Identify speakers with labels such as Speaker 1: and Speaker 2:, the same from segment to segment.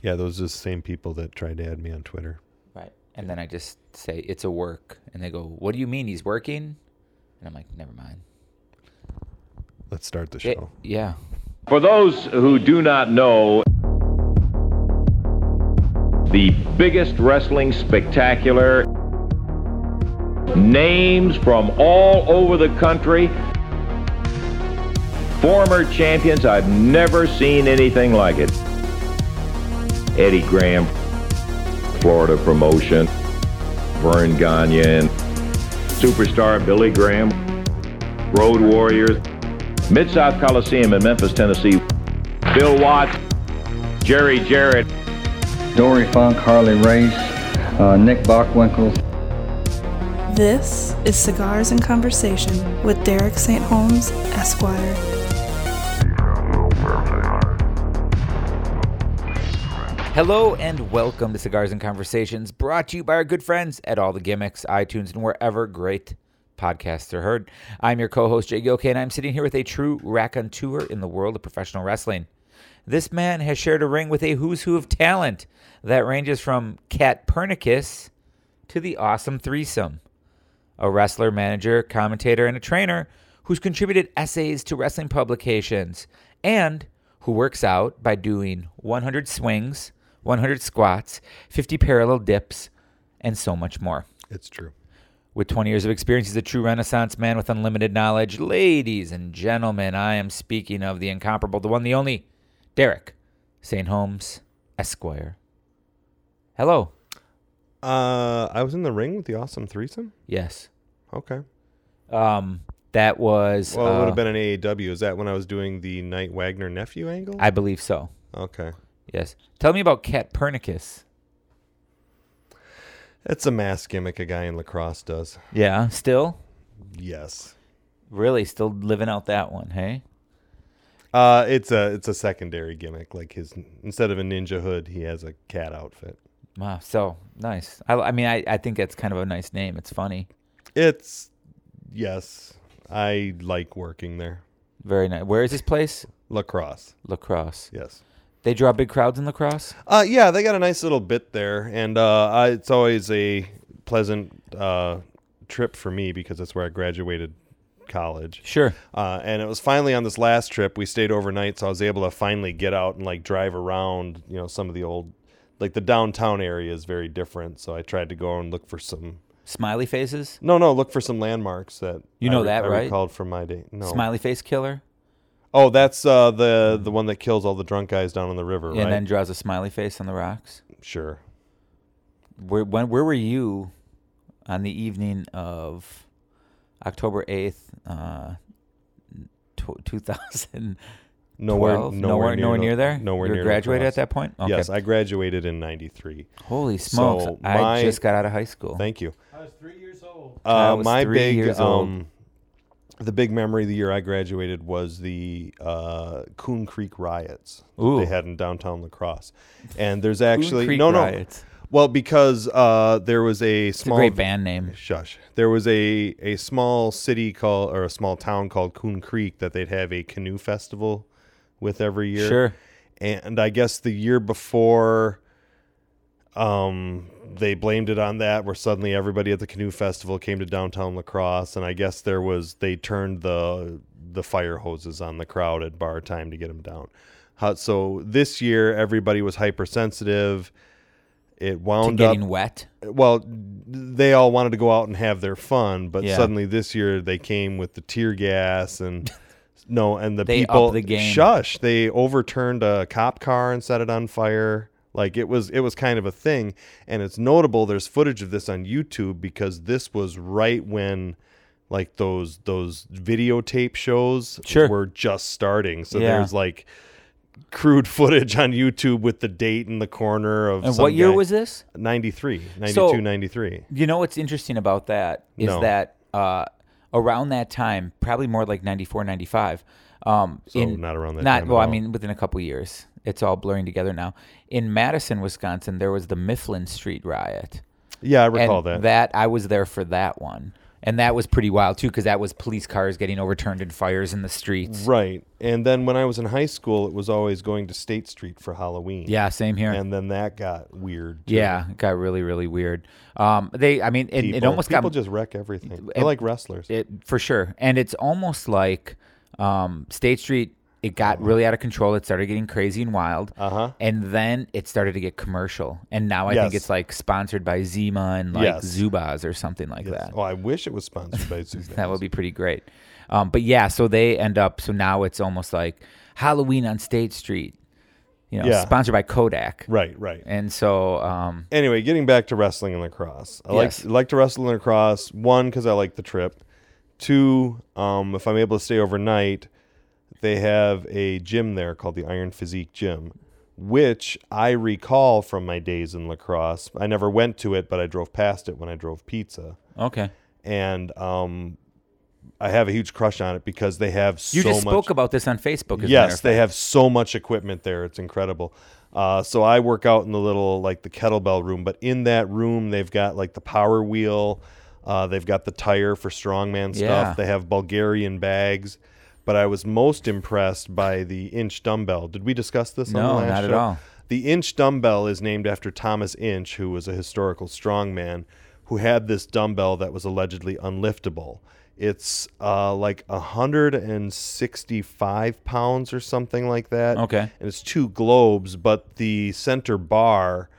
Speaker 1: Yeah, those are the same people that tried to add me on Twitter.
Speaker 2: Right. And then I just say it's a work, and they go, "What do you mean he's working?" And I'm like, "Never mind."
Speaker 1: Let's start the show.
Speaker 2: It- yeah.
Speaker 3: For those who do not know, the biggest wrestling spectacular, names from all over the country, former champions, I've never seen anything like it. Eddie Graham, Florida promotion, Vern Gagne, superstar Billy Graham, Road Warriors. Mid South Coliseum in Memphis, Tennessee. Bill Watts, Jerry Jarrett,
Speaker 4: Dory Funk, Harley Race, uh, Nick Bockwinkel,
Speaker 5: This is Cigars and Conversation with Derek St. Holmes, Esquire.
Speaker 2: Hello and welcome to Cigars and Conversations, brought to you by our good friends at All the Gimmicks, iTunes, and wherever great podcasts are heard. I'm your co-host Jay Gilkey, and I'm sitting here with a true raconteur in the world of professional wrestling. This man has shared a ring with a who's who of talent that ranges from Cat Pernicus to the awesome threesome. a wrestler, manager, commentator, and a trainer who's contributed essays to wrestling publications and who works out by doing 100 swings, 100 squats, 50 parallel dips, and so much more.
Speaker 1: It's true.
Speaker 2: With 20 years of experience, he's a true renaissance man with unlimited knowledge. Ladies and gentlemen, I am speaking of the incomparable, the one, the only, Derek St. Holmes, Esquire. Hello.
Speaker 1: Uh, I was in the ring with the awesome threesome.
Speaker 2: Yes.
Speaker 1: Okay.
Speaker 2: Um, that was.
Speaker 1: Well, it would
Speaker 2: uh,
Speaker 1: have been an AAW. Is that when I was doing the Knight Wagner nephew angle?
Speaker 2: I believe so.
Speaker 1: okay.
Speaker 2: Yes. Tell me about Cat Pernicus.
Speaker 1: It's a mass gimmick a guy in lacrosse does.
Speaker 2: Yeah. Still?
Speaker 1: Yes.
Speaker 2: Really, still living out that one, hey?
Speaker 1: Uh, it's a it's a secondary gimmick. Like his instead of a ninja hood, he has a cat outfit.
Speaker 2: Wow. So nice. I, I mean, I, I think that's kind of a nice name. It's funny.
Speaker 1: It's yes. I like working there.
Speaker 2: Very nice. Where is this place?
Speaker 1: Lacrosse.
Speaker 2: Lacrosse.
Speaker 1: Yes.
Speaker 2: They draw big crowds in lacrosse?
Speaker 1: Uh, yeah, they got a nice little bit there, and uh, I, it's always a pleasant uh, trip for me because that's where I graduated college.
Speaker 2: Sure.
Speaker 1: Uh, and it was finally on this last trip we stayed overnight, so I was able to finally get out and like drive around. You know, some of the old, like the downtown area is very different. So I tried to go and look for some.
Speaker 2: Smiley faces?
Speaker 1: No, no, look for some landmarks that
Speaker 2: You know
Speaker 1: I, re-
Speaker 2: that,
Speaker 1: I
Speaker 2: right?
Speaker 1: Recalled from my day. No.
Speaker 2: Smiley face killer?
Speaker 1: Oh, that's uh, the the one that kills all the drunk guys down on the river, right?
Speaker 2: And then draws a smiley face on the rocks?
Speaker 1: sure.
Speaker 2: Where, when, where were you on the evening of October 8th, uh, tw 2000?
Speaker 1: Nowhere,
Speaker 2: 12?
Speaker 1: nowhere, near,
Speaker 2: nowhere
Speaker 1: no-
Speaker 2: near there.
Speaker 1: Nowhere
Speaker 2: you
Speaker 1: near.
Speaker 2: graduated
Speaker 1: lacrosse.
Speaker 2: at that point. Okay.
Speaker 1: Yes, I graduated in '93.
Speaker 2: Holy smokes!
Speaker 1: So
Speaker 2: I
Speaker 1: my-
Speaker 2: just got out of high school.
Speaker 1: Thank you.
Speaker 6: I was three years old.
Speaker 2: I
Speaker 1: Uh,
Speaker 2: was
Speaker 1: my
Speaker 2: three
Speaker 1: big,
Speaker 2: years old.
Speaker 1: um, the big memory of the year I graduated was the uh, Coon Creek riots that
Speaker 2: Ooh.
Speaker 1: they had in downtown Lacrosse, and there's
Speaker 2: Coon
Speaker 1: actually
Speaker 2: Creek
Speaker 1: no, no.
Speaker 2: Riots.
Speaker 1: Well, because uh, there was a
Speaker 2: It's a
Speaker 1: small
Speaker 2: great band name.
Speaker 1: Shush. There was a, a small city called or a small town called Coon Creek that they'd have a canoe festival with every year.
Speaker 2: Sure.
Speaker 1: And I guess the year before um they blamed it on that where suddenly everybody at the canoe festival came to downtown lacrosse and I guess there was they turned the the fire hoses on the crowd at bar time to get them down. How, so this year everybody was hypersensitive. It
Speaker 2: To
Speaker 1: wound up
Speaker 2: getting wet.
Speaker 1: well, they all wanted to go out and have their fun, but
Speaker 2: Yeah.
Speaker 1: suddenly this year they came with the tear gas and no, and the
Speaker 2: They
Speaker 1: people
Speaker 2: upped the game.
Speaker 1: shush. They overturned a cop car and set it on fire. Like it was, it was kind of a thing, and it's notable. There's footage of this on YouTube because this was right when, like those those videotape shows
Speaker 2: Sure.
Speaker 1: were just starting. So
Speaker 2: Yeah.
Speaker 1: there's like crude footage on YouTube with the date in the corner of
Speaker 2: And
Speaker 1: some
Speaker 2: what year
Speaker 1: guy-
Speaker 2: was this?
Speaker 1: 93, 92,
Speaker 2: So-
Speaker 1: 93.
Speaker 2: You know what's interesting about that is
Speaker 1: No.
Speaker 2: that uh, around that time, probably more like 94, 95. Um,
Speaker 1: So not around that
Speaker 2: not,
Speaker 1: time at
Speaker 2: Well, I
Speaker 1: all.
Speaker 2: mean, within a couple years. It's all blurring together now. In Madison, Wisconsin, there was the Mifflin Street riot.
Speaker 1: Yeah, I recall
Speaker 2: and
Speaker 1: that.
Speaker 2: That I was there for that one. And that was pretty wild too, because that was police cars getting overturned in fires in the streets.
Speaker 1: Right. And then when I was in high school, it was always going to State Street for Halloween.
Speaker 2: Yeah, same here.
Speaker 1: And then that got weird. too.
Speaker 2: yeah, it got really, really weird. Um, they, I mean, it,
Speaker 1: People,
Speaker 2: it almost
Speaker 1: people
Speaker 2: got
Speaker 1: just wreck everything. They're like wrestlers.
Speaker 2: it for sure and it's almost like um state street it got really out of control it started getting crazy and wild
Speaker 1: Uh-huh.
Speaker 2: and then it started to get commercial and now i think
Speaker 1: Yes.
Speaker 2: it's like sponsored by zima and like
Speaker 1: Yes.
Speaker 2: zubas or something like that
Speaker 1: Oh, I wish it was sponsored by Zubac.
Speaker 2: that would be pretty great um but yeah so they end up so now it's almost like halloween on state street you know
Speaker 1: Yeah.
Speaker 2: sponsored by kodak
Speaker 1: right, right.
Speaker 2: and so um
Speaker 1: anyway, getting back to wrestling and lacrosse. I
Speaker 2: Yes.
Speaker 1: like like to wrestle and lacrosse. One, because I like the trip. Two, um, if I'm able to stay overnight, they have a gym there called the Iron Physique Gym, which I recall from my days in lacrosse. I never went to it, but I drove past it when I drove pizza,
Speaker 2: okay
Speaker 1: and um, I have a huge crush on it because they have
Speaker 2: you
Speaker 1: so
Speaker 2: just
Speaker 1: much.
Speaker 2: spoke about this on facebook as a matter
Speaker 1: Yes,
Speaker 2: of
Speaker 1: they
Speaker 2: fact.
Speaker 1: have so much equipment there. It's incredible. Uh, so I work out in the little like the kettlebell room, but in that room they've got like the power wheel, uh, they've got the tire for strongman
Speaker 2: Yeah.
Speaker 1: stuff. They have Bulgarian bags. But I was most impressed by the inch dumbbell. Did we discuss this? on the
Speaker 2: No,
Speaker 1: last
Speaker 2: not at
Speaker 1: show?
Speaker 2: all.
Speaker 1: The inch dumbbell is named after Thomas Inch, who was a historical strongman who had this dumbbell that was allegedly unliftable. It's uh, like 165 pounds or something like that.
Speaker 2: Okay.
Speaker 1: And it's two globes, but the center bar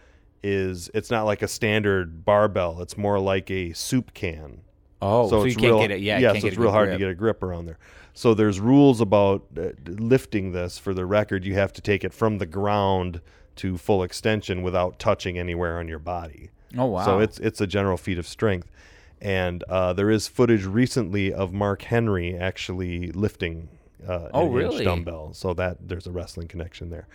Speaker 1: is, it's not like a standard barbell. It's more like a soup can
Speaker 2: oh so, you
Speaker 1: it's
Speaker 2: can't
Speaker 1: real,
Speaker 2: get it yeah you
Speaker 1: yeah.
Speaker 2: can't
Speaker 1: so
Speaker 2: get
Speaker 1: it's
Speaker 2: a
Speaker 1: real
Speaker 2: good
Speaker 1: hard to
Speaker 2: grip.
Speaker 1: get a grip around there. So there's rules about uh, lifting this. For the record, you have to take it from the ground to full extension without touching anywhere on your body.
Speaker 2: Oh, wow.
Speaker 1: So it's it's a general feat of strength, and uh, there is footage recently of Mark Henry actually lifting. Uh,
Speaker 2: Oh,
Speaker 1: an inch
Speaker 2: really?
Speaker 1: Dumbbell. So that there's a wrestling connection there,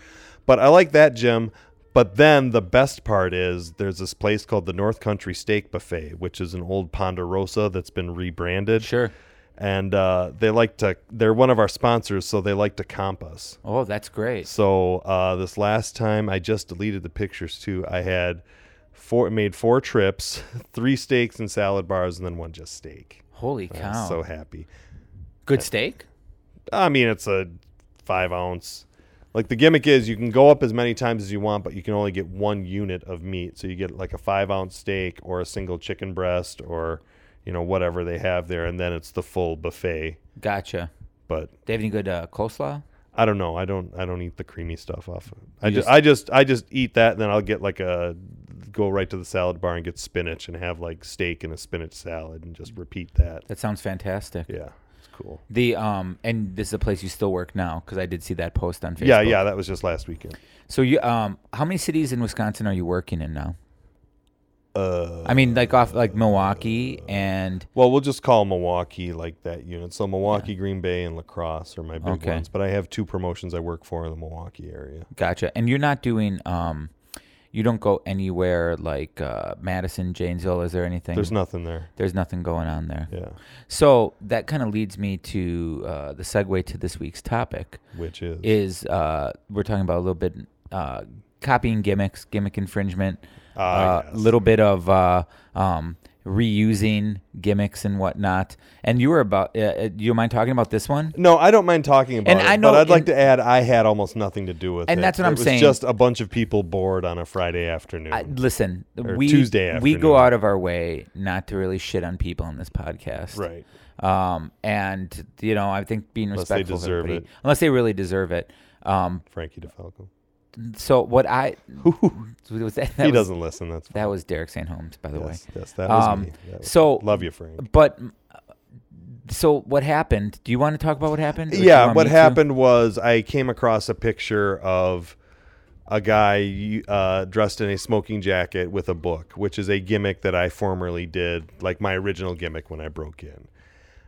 Speaker 1: but I like that gym. But then the best part is there's this place called the North Country Steak Buffet, which is an old Ponderosa that's been rebranded.
Speaker 2: Sure.
Speaker 1: And uh, they like to, they're one of our sponsors, so they like to comp us.
Speaker 2: Oh, that's great.
Speaker 1: So uh, this last time, I just deleted the pictures too. I had four, made four trips, three steaks and salad bars, and then one just steak.
Speaker 2: Holy
Speaker 1: I was
Speaker 2: cow.
Speaker 1: so happy.
Speaker 2: Good steak?
Speaker 1: I mean, it's a five ounce. Like the gimmick is you can go up as many times as you want, but you can only get one unit of meat. So you get like a five ounce steak or a single chicken breast or, you know, whatever they have there. And then it's the full buffet.
Speaker 2: Gotcha.
Speaker 1: But
Speaker 2: They have any good uh, coleslaw?
Speaker 1: I don't know. I don't, I don't eat the creamy stuff off. Of I
Speaker 2: You
Speaker 1: just,
Speaker 2: just-
Speaker 1: I just, I just eat that. And then I'll get like a, go right to the salad bar and get spinach and have like steak and a spinach salad and just repeat that.
Speaker 2: That sounds fantastic.
Speaker 1: Yeah. It's cool.
Speaker 2: The um and this is a place you still work now because I did see that post on Facebook.
Speaker 1: Yeah. Yeah. That was just last weekend.
Speaker 2: So you um how many cities in Wisconsin are you working in now? Uh, I mean, like off like Milwaukee and
Speaker 1: Well, we'll just call Milwaukee like that unit. So Milwaukee, Green Bay, and Lacrosse are my big
Speaker 2: Okay.
Speaker 1: ones. But I have two promotions I work for in the Milwaukee area.
Speaker 2: gotcha. And you're not doing um, you don't go anywhere like uh, Madison, Janesville. Is there anything?
Speaker 1: There's nothing there.
Speaker 2: There's nothing going on there.
Speaker 1: Yeah,
Speaker 2: So that kind of leads me to uh, the segue to this week's topic.
Speaker 1: which is
Speaker 2: is uh, we're talking about a little bit uh, copying gimmicks, gimmick infringement, a
Speaker 1: Ah, yes.
Speaker 2: little bit of uh, um, reusing gimmicks and whatnot. And you were about, uh, uh, do you mind talking about this one?
Speaker 1: no. I don't mind talking about
Speaker 2: And
Speaker 1: it,
Speaker 2: I know
Speaker 1: but I'd like
Speaker 2: in-
Speaker 1: to add I had almost nothing to do with it.
Speaker 2: And that's what
Speaker 1: it
Speaker 2: I'm
Speaker 1: was
Speaker 2: saying.
Speaker 1: Just a bunch of people bored on a Friday afternoon.
Speaker 2: I, listen,
Speaker 1: Or
Speaker 2: we
Speaker 1: Tuesday
Speaker 2: we go
Speaker 1: afternoon.
Speaker 2: out of our way not to really shit on people on this podcast,
Speaker 1: right.
Speaker 2: Um, and you know, I think being
Speaker 1: Unless they
Speaker 2: respectful of
Speaker 1: deserve
Speaker 2: everybody-
Speaker 1: it.
Speaker 2: unless they really deserve it. Um,
Speaker 1: Frankie DeFalco.
Speaker 2: so what I was that, that
Speaker 1: he
Speaker 2: was-
Speaker 1: doesn't listen. That's fine.
Speaker 2: That was Derek St. Holmes, by the way.
Speaker 1: yes, yes, that was
Speaker 2: Um,
Speaker 1: me. That was
Speaker 2: so-
Speaker 1: me. love you, Frank.
Speaker 2: But uh, so what happened? Do you want to talk about what happened? or do you
Speaker 1: yeah
Speaker 2: want
Speaker 1: what
Speaker 2: me to?
Speaker 1: happened was i came across a picture of a guy uh, dressed in a smoking jacket with a book which is a gimmick that i formerly did like my original gimmick when i broke in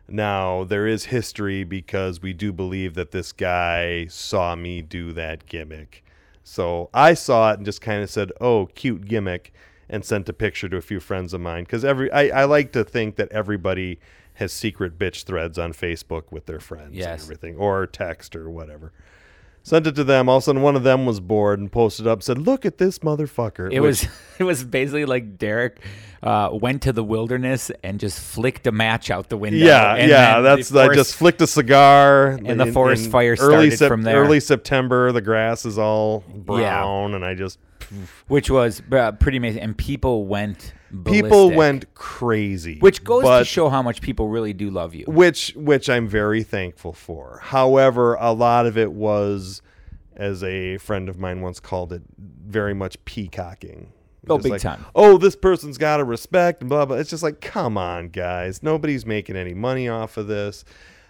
Speaker 1: now there is history because we do believe that this guy saw me do that gimmick so i saw it and just kind of said oh cute gimmick and sent a picture to a few friends of mine because every I, I like to think that everybody has secret bitch threads on facebook with their friends and
Speaker 2: Yes.
Speaker 1: everything or text or whatever sent it to them all of a sudden one of them was bored and posted up said look at this motherfucker
Speaker 2: It
Speaker 1: which-
Speaker 2: was it was basically like Derek uh, went to the wilderness and just flicked a match out the window.
Speaker 1: Yeah,
Speaker 2: And
Speaker 1: yeah.
Speaker 2: then
Speaker 1: That's
Speaker 2: the
Speaker 1: I
Speaker 2: forest-
Speaker 1: just flicked a cigar, and
Speaker 2: the forest fire
Speaker 1: early
Speaker 2: started from there.
Speaker 1: Early September, the grass is all brown, and I just
Speaker 2: which was uh, pretty amazing, and people went. Ballistic,
Speaker 1: people went crazy,
Speaker 2: which goes to
Speaker 1: but-
Speaker 2: show how much people really do love you.
Speaker 1: which which I'm very thankful for. However, a lot of it was, as a friend of mine once called it, very much peacocking.
Speaker 2: Oh,
Speaker 1: Just
Speaker 2: big
Speaker 1: like,
Speaker 2: time.
Speaker 1: Oh, this person's got to respect and blah blah. It's just like, come on, guys. Nobody's making any money off of this.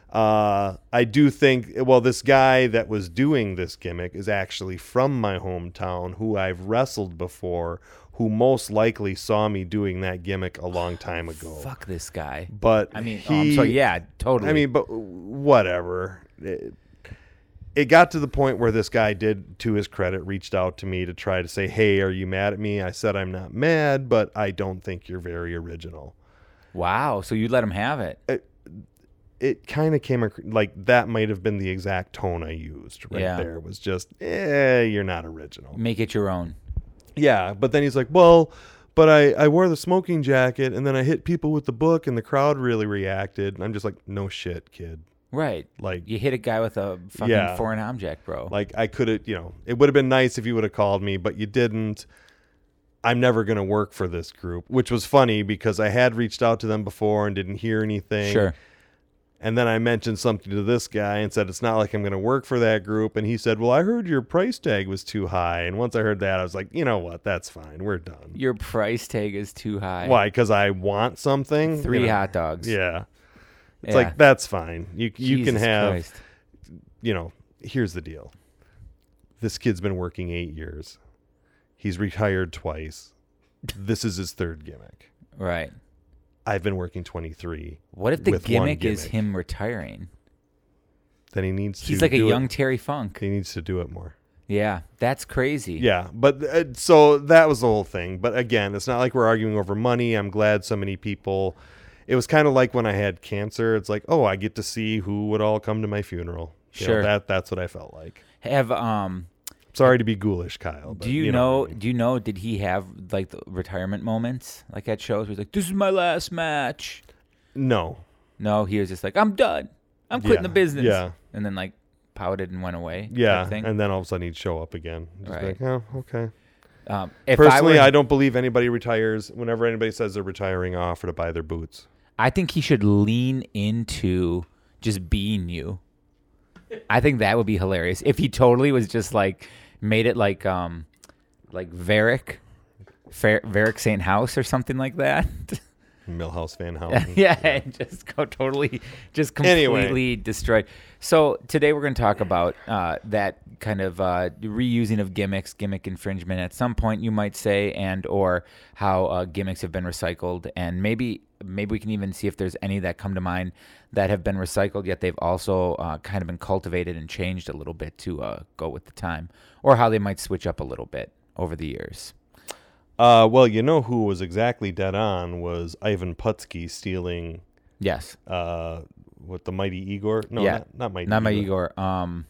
Speaker 1: Uh, I do think, well, this guy that was doing this gimmick is actually from my hometown, who I've wrestled before, who most likely saw me doing that gimmick a long time ago.
Speaker 2: Fuck this guy.
Speaker 1: But
Speaker 2: I mean,
Speaker 1: he,
Speaker 2: oh, I'm sorry. Yeah, totally.
Speaker 1: I mean, but whatever. It, it got to the point where this guy did, to his credit, reached out to me to try to say, "Hey, are you mad at me?" I said, "I'm not mad, but I don't think you're very original."
Speaker 2: wow. So you let him have it.
Speaker 1: It kind of came ac- like that might have been the exact tone I used right
Speaker 2: Yeah. Mm.
Speaker 1: there. Was just, "Eh, you're not original."
Speaker 2: Make it your own.
Speaker 1: Yeah, but then he's like, "Well." But I, I wore the smoking jacket and then I hit people with the book and the crowd really reacted. And I'm just like, no shit, kid.
Speaker 2: Right.
Speaker 1: Like,
Speaker 2: You hit a guy with a fucking
Speaker 1: Yeah.
Speaker 2: foreign object, bro.
Speaker 1: Like I could have, you know, it would have been nice if you would have called me, but you didn't. I'm never going to work for this group, which was funny because I had reached out to them before and didn't hear anything.
Speaker 2: sure.
Speaker 1: And then I mentioned something to this guy and said, It's not like I'm going to work for that group. And he said, Well, I heard your price tag was too high. And once I heard that, I was like, You know what? That's fine. We're done.
Speaker 2: Your price tag is too high.
Speaker 1: Why? Because I want something?
Speaker 2: Three
Speaker 1: You know?
Speaker 2: hot dogs.
Speaker 1: Yeah. It's
Speaker 2: Yeah.
Speaker 1: like, That's fine. You, you can
Speaker 2: Jesus
Speaker 1: have
Speaker 2: Christ.
Speaker 1: you know, here's the deal. This kid's been working eight years. He's retired twice. This is his third gimmick.
Speaker 2: Right.
Speaker 1: I've been working 23.
Speaker 2: What if the
Speaker 1: with
Speaker 2: gimmick,
Speaker 1: one
Speaker 2: is
Speaker 1: gimmick.
Speaker 2: him retiring?
Speaker 1: Then he needs to.
Speaker 2: He's like a
Speaker 1: do it-
Speaker 2: young Terry Funk.
Speaker 1: He needs to do it more.
Speaker 2: Yeah, that's crazy.
Speaker 1: Yeah, but uh, so that was the whole thing. But again, it's not like we're arguing over money. I'm glad so many people. It was kind of like when I had cancer. It's like, oh, I get to see who would all come to my funeral. You know,
Speaker 2: Sure.
Speaker 1: that that's what I felt like.
Speaker 2: Have um
Speaker 1: Sorry to be ghoulish, Kyle. But
Speaker 2: do you,
Speaker 1: what
Speaker 2: know,
Speaker 1: I mean.
Speaker 2: do you know did he have like the retirement moments like at shows where he's like this is my last match?
Speaker 1: No.
Speaker 2: No, he was just like I'm done. I'm quitting the
Speaker 1: Yeah,
Speaker 2: business.
Speaker 1: yeah.
Speaker 2: And then like pouted and went away. type
Speaker 1: Yeah,
Speaker 2: thing.
Speaker 1: and then all of a sudden he'd show up again. Just
Speaker 2: Right.
Speaker 1: like, oh, okay.
Speaker 2: um, if
Speaker 1: Personally,
Speaker 2: I,
Speaker 1: I,
Speaker 2: were,
Speaker 1: don't believe anybody retires. Whenever anybody says they're retiring, I offer to buy their boots.
Speaker 2: I think he should lean into just being you. I think that would be hilarious if he totally was just like made it like um like Varick, Fer- Varick Saint House or something like that.
Speaker 1: Millhouse Van Houten.
Speaker 2: yeah, and just go totally, just
Speaker 1: Anyway.
Speaker 2: completely destroyed. So today we're going to talk about uh, that kind of uh, reusing of gimmicks, gimmick infringement at some point you might say, and or how uh, gimmicks have been recycled, and maybe maybe we can even see if there's any that come to mind that have been recycled yet they've also uh, kind of been cultivated and changed a little bit to uh, go with the time, or how they might switch up a little bit over the years.
Speaker 1: Uh, well, you know who was exactly dead on was Ivan Putski stealing
Speaker 2: Yes.
Speaker 1: uh, what the Mighty Igor. No,
Speaker 2: yeah,
Speaker 1: not, not Mighty.
Speaker 2: not Mighty Igor. Um,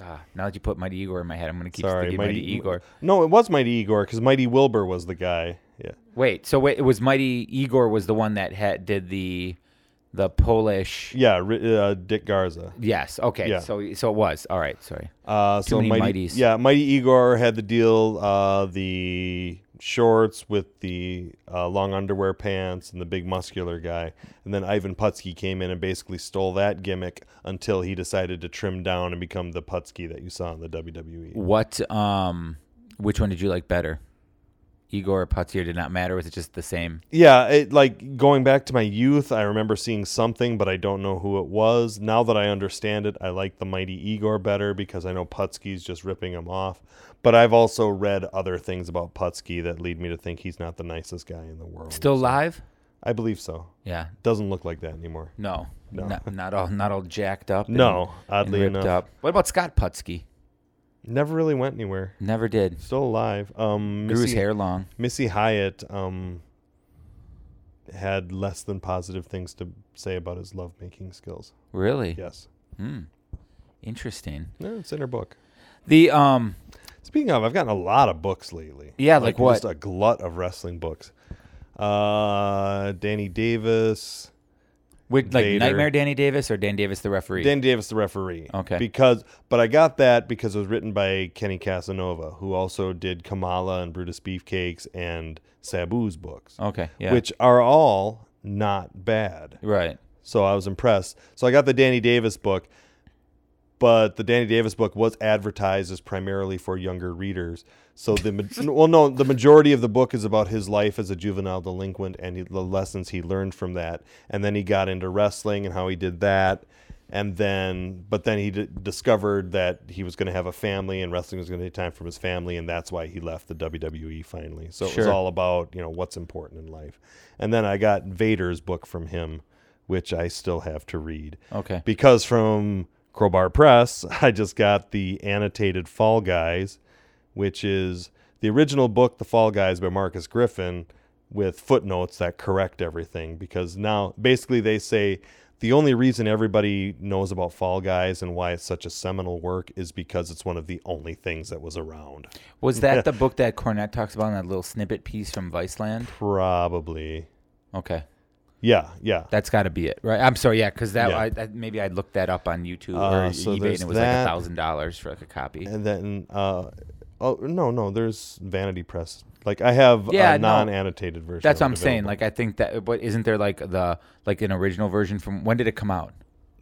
Speaker 2: ah, now that you put Mighty Igor in my head, I'm gonna keep
Speaker 1: Sorry,
Speaker 2: thinking
Speaker 1: Mighty, E-
Speaker 2: Mighty, Igor.
Speaker 1: No, it was Mighty Igor because Mighty Wilbur was the guy. Yeah.
Speaker 2: Wait, so wait, it was Mighty Igor was the one that had did the the Polish.
Speaker 1: Yeah, ri- uh, Dick Garza.
Speaker 2: Yes. Okay.
Speaker 1: Yeah.
Speaker 2: So so it was. All right. Sorry.
Speaker 1: Uh,
Speaker 2: Too
Speaker 1: so
Speaker 2: many
Speaker 1: Mighty,
Speaker 2: Mighties.
Speaker 1: yeah, Mighty Igor had the deal, uh, the shorts with the uh, long underwear pants and the big muscular guy, and then Ivan Putski came in and basically stole that gimmick until he decided to trim down and become the Putski that you saw in the E. WWE.
Speaker 2: What um, which one did you like better? Igor or Putzier did not matter. Was it just the same?
Speaker 1: Yeah, it, like going back to my youth, I remember seeing something, but I don't know who it was. Now that I understand it, I like the Mighty Igor better because I know Putski's just ripping him off. But I've also read other things about Putski that lead me to think he's not the nicest guy in the world.
Speaker 2: Still live?
Speaker 1: I believe so.
Speaker 2: Yeah.
Speaker 1: Doesn't look like that anymore.
Speaker 2: No.
Speaker 1: No.
Speaker 2: Not, not all. Not all jacked up. and-
Speaker 1: No,
Speaker 2: and
Speaker 1: oddly
Speaker 2: ripped
Speaker 1: enough,
Speaker 2: up. What about Scott Putski?
Speaker 1: never really went anywhere.
Speaker 2: Never did.
Speaker 1: Still alive. Um,
Speaker 2: Grew his
Speaker 1: Missy,
Speaker 2: hair long.
Speaker 1: Missy Hyatt um, had less than positive things to say about his lovemaking skills.
Speaker 2: Really?
Speaker 1: Yes,
Speaker 2: Interesting.
Speaker 1: yeah, it's in her book.
Speaker 2: The um
Speaker 1: Speaking of, I've gotten a lot of books lately.
Speaker 2: Yeah, like what?
Speaker 1: Just a glut of wrestling books. Uh, Danny Davis.
Speaker 2: With like
Speaker 1: Vader.
Speaker 2: Nightmare Danny Davis or Dan Davis the referee?
Speaker 1: Danny Davis, the referee.
Speaker 2: Okay.
Speaker 1: Because, but I got that because it was written by Kenny Casanova, who also did Kamala and Brutus Beefcakes and Sabu's books,
Speaker 2: okay. Oh, Yeah.
Speaker 1: which are all not bad.
Speaker 2: right.
Speaker 1: So I was impressed. So I got the Danny Davis book, but the Danny Davis book was advertised as primarily for younger readers. So the ma- well, no, the majority of the book is about his life as a juvenile delinquent and he- the lessons he learned from that. And then he got into wrestling and how he did that. And then, but then he d- discovered that he was going to have a family and wrestling was going to take time from his family. And that's why he left the WWE finally. So it was
Speaker 2: Sure.
Speaker 1: all all about you know what's important in life and then i got vader's book from him which i still have to read
Speaker 2: Okay.
Speaker 1: because from crowbar press i just got the annotated fall guys which is the original book the fall guys by marcus griffin with footnotes that correct everything because now basically they say the only reason everybody knows about Fall Guys and why it's such a seminal work is because it's one of the only things that was around.
Speaker 2: Was that the book that Cornette talks about in that little snippet piece from Viceland?
Speaker 1: Probably.
Speaker 2: Okay.
Speaker 1: Yeah, yeah.
Speaker 2: That's got to be it, right? I'm sorry, yeah, because that
Speaker 1: Yeah.
Speaker 2: I, I, maybe I looked that up on YouTube
Speaker 1: Uh,
Speaker 2: or
Speaker 1: so
Speaker 2: eBay, and
Speaker 1: there's
Speaker 2: it was
Speaker 1: that.
Speaker 2: like a thousand dollars for like a copy.
Speaker 1: and then uh oh no no there's vanity press like i have
Speaker 2: Yeah,
Speaker 1: a
Speaker 2: no.
Speaker 1: non-annotated version
Speaker 2: That's
Speaker 1: of
Speaker 2: what
Speaker 1: it
Speaker 2: I'm saying.
Speaker 1: available.
Speaker 2: Like, I think that, but isn't there like the like an original version from when did it come out?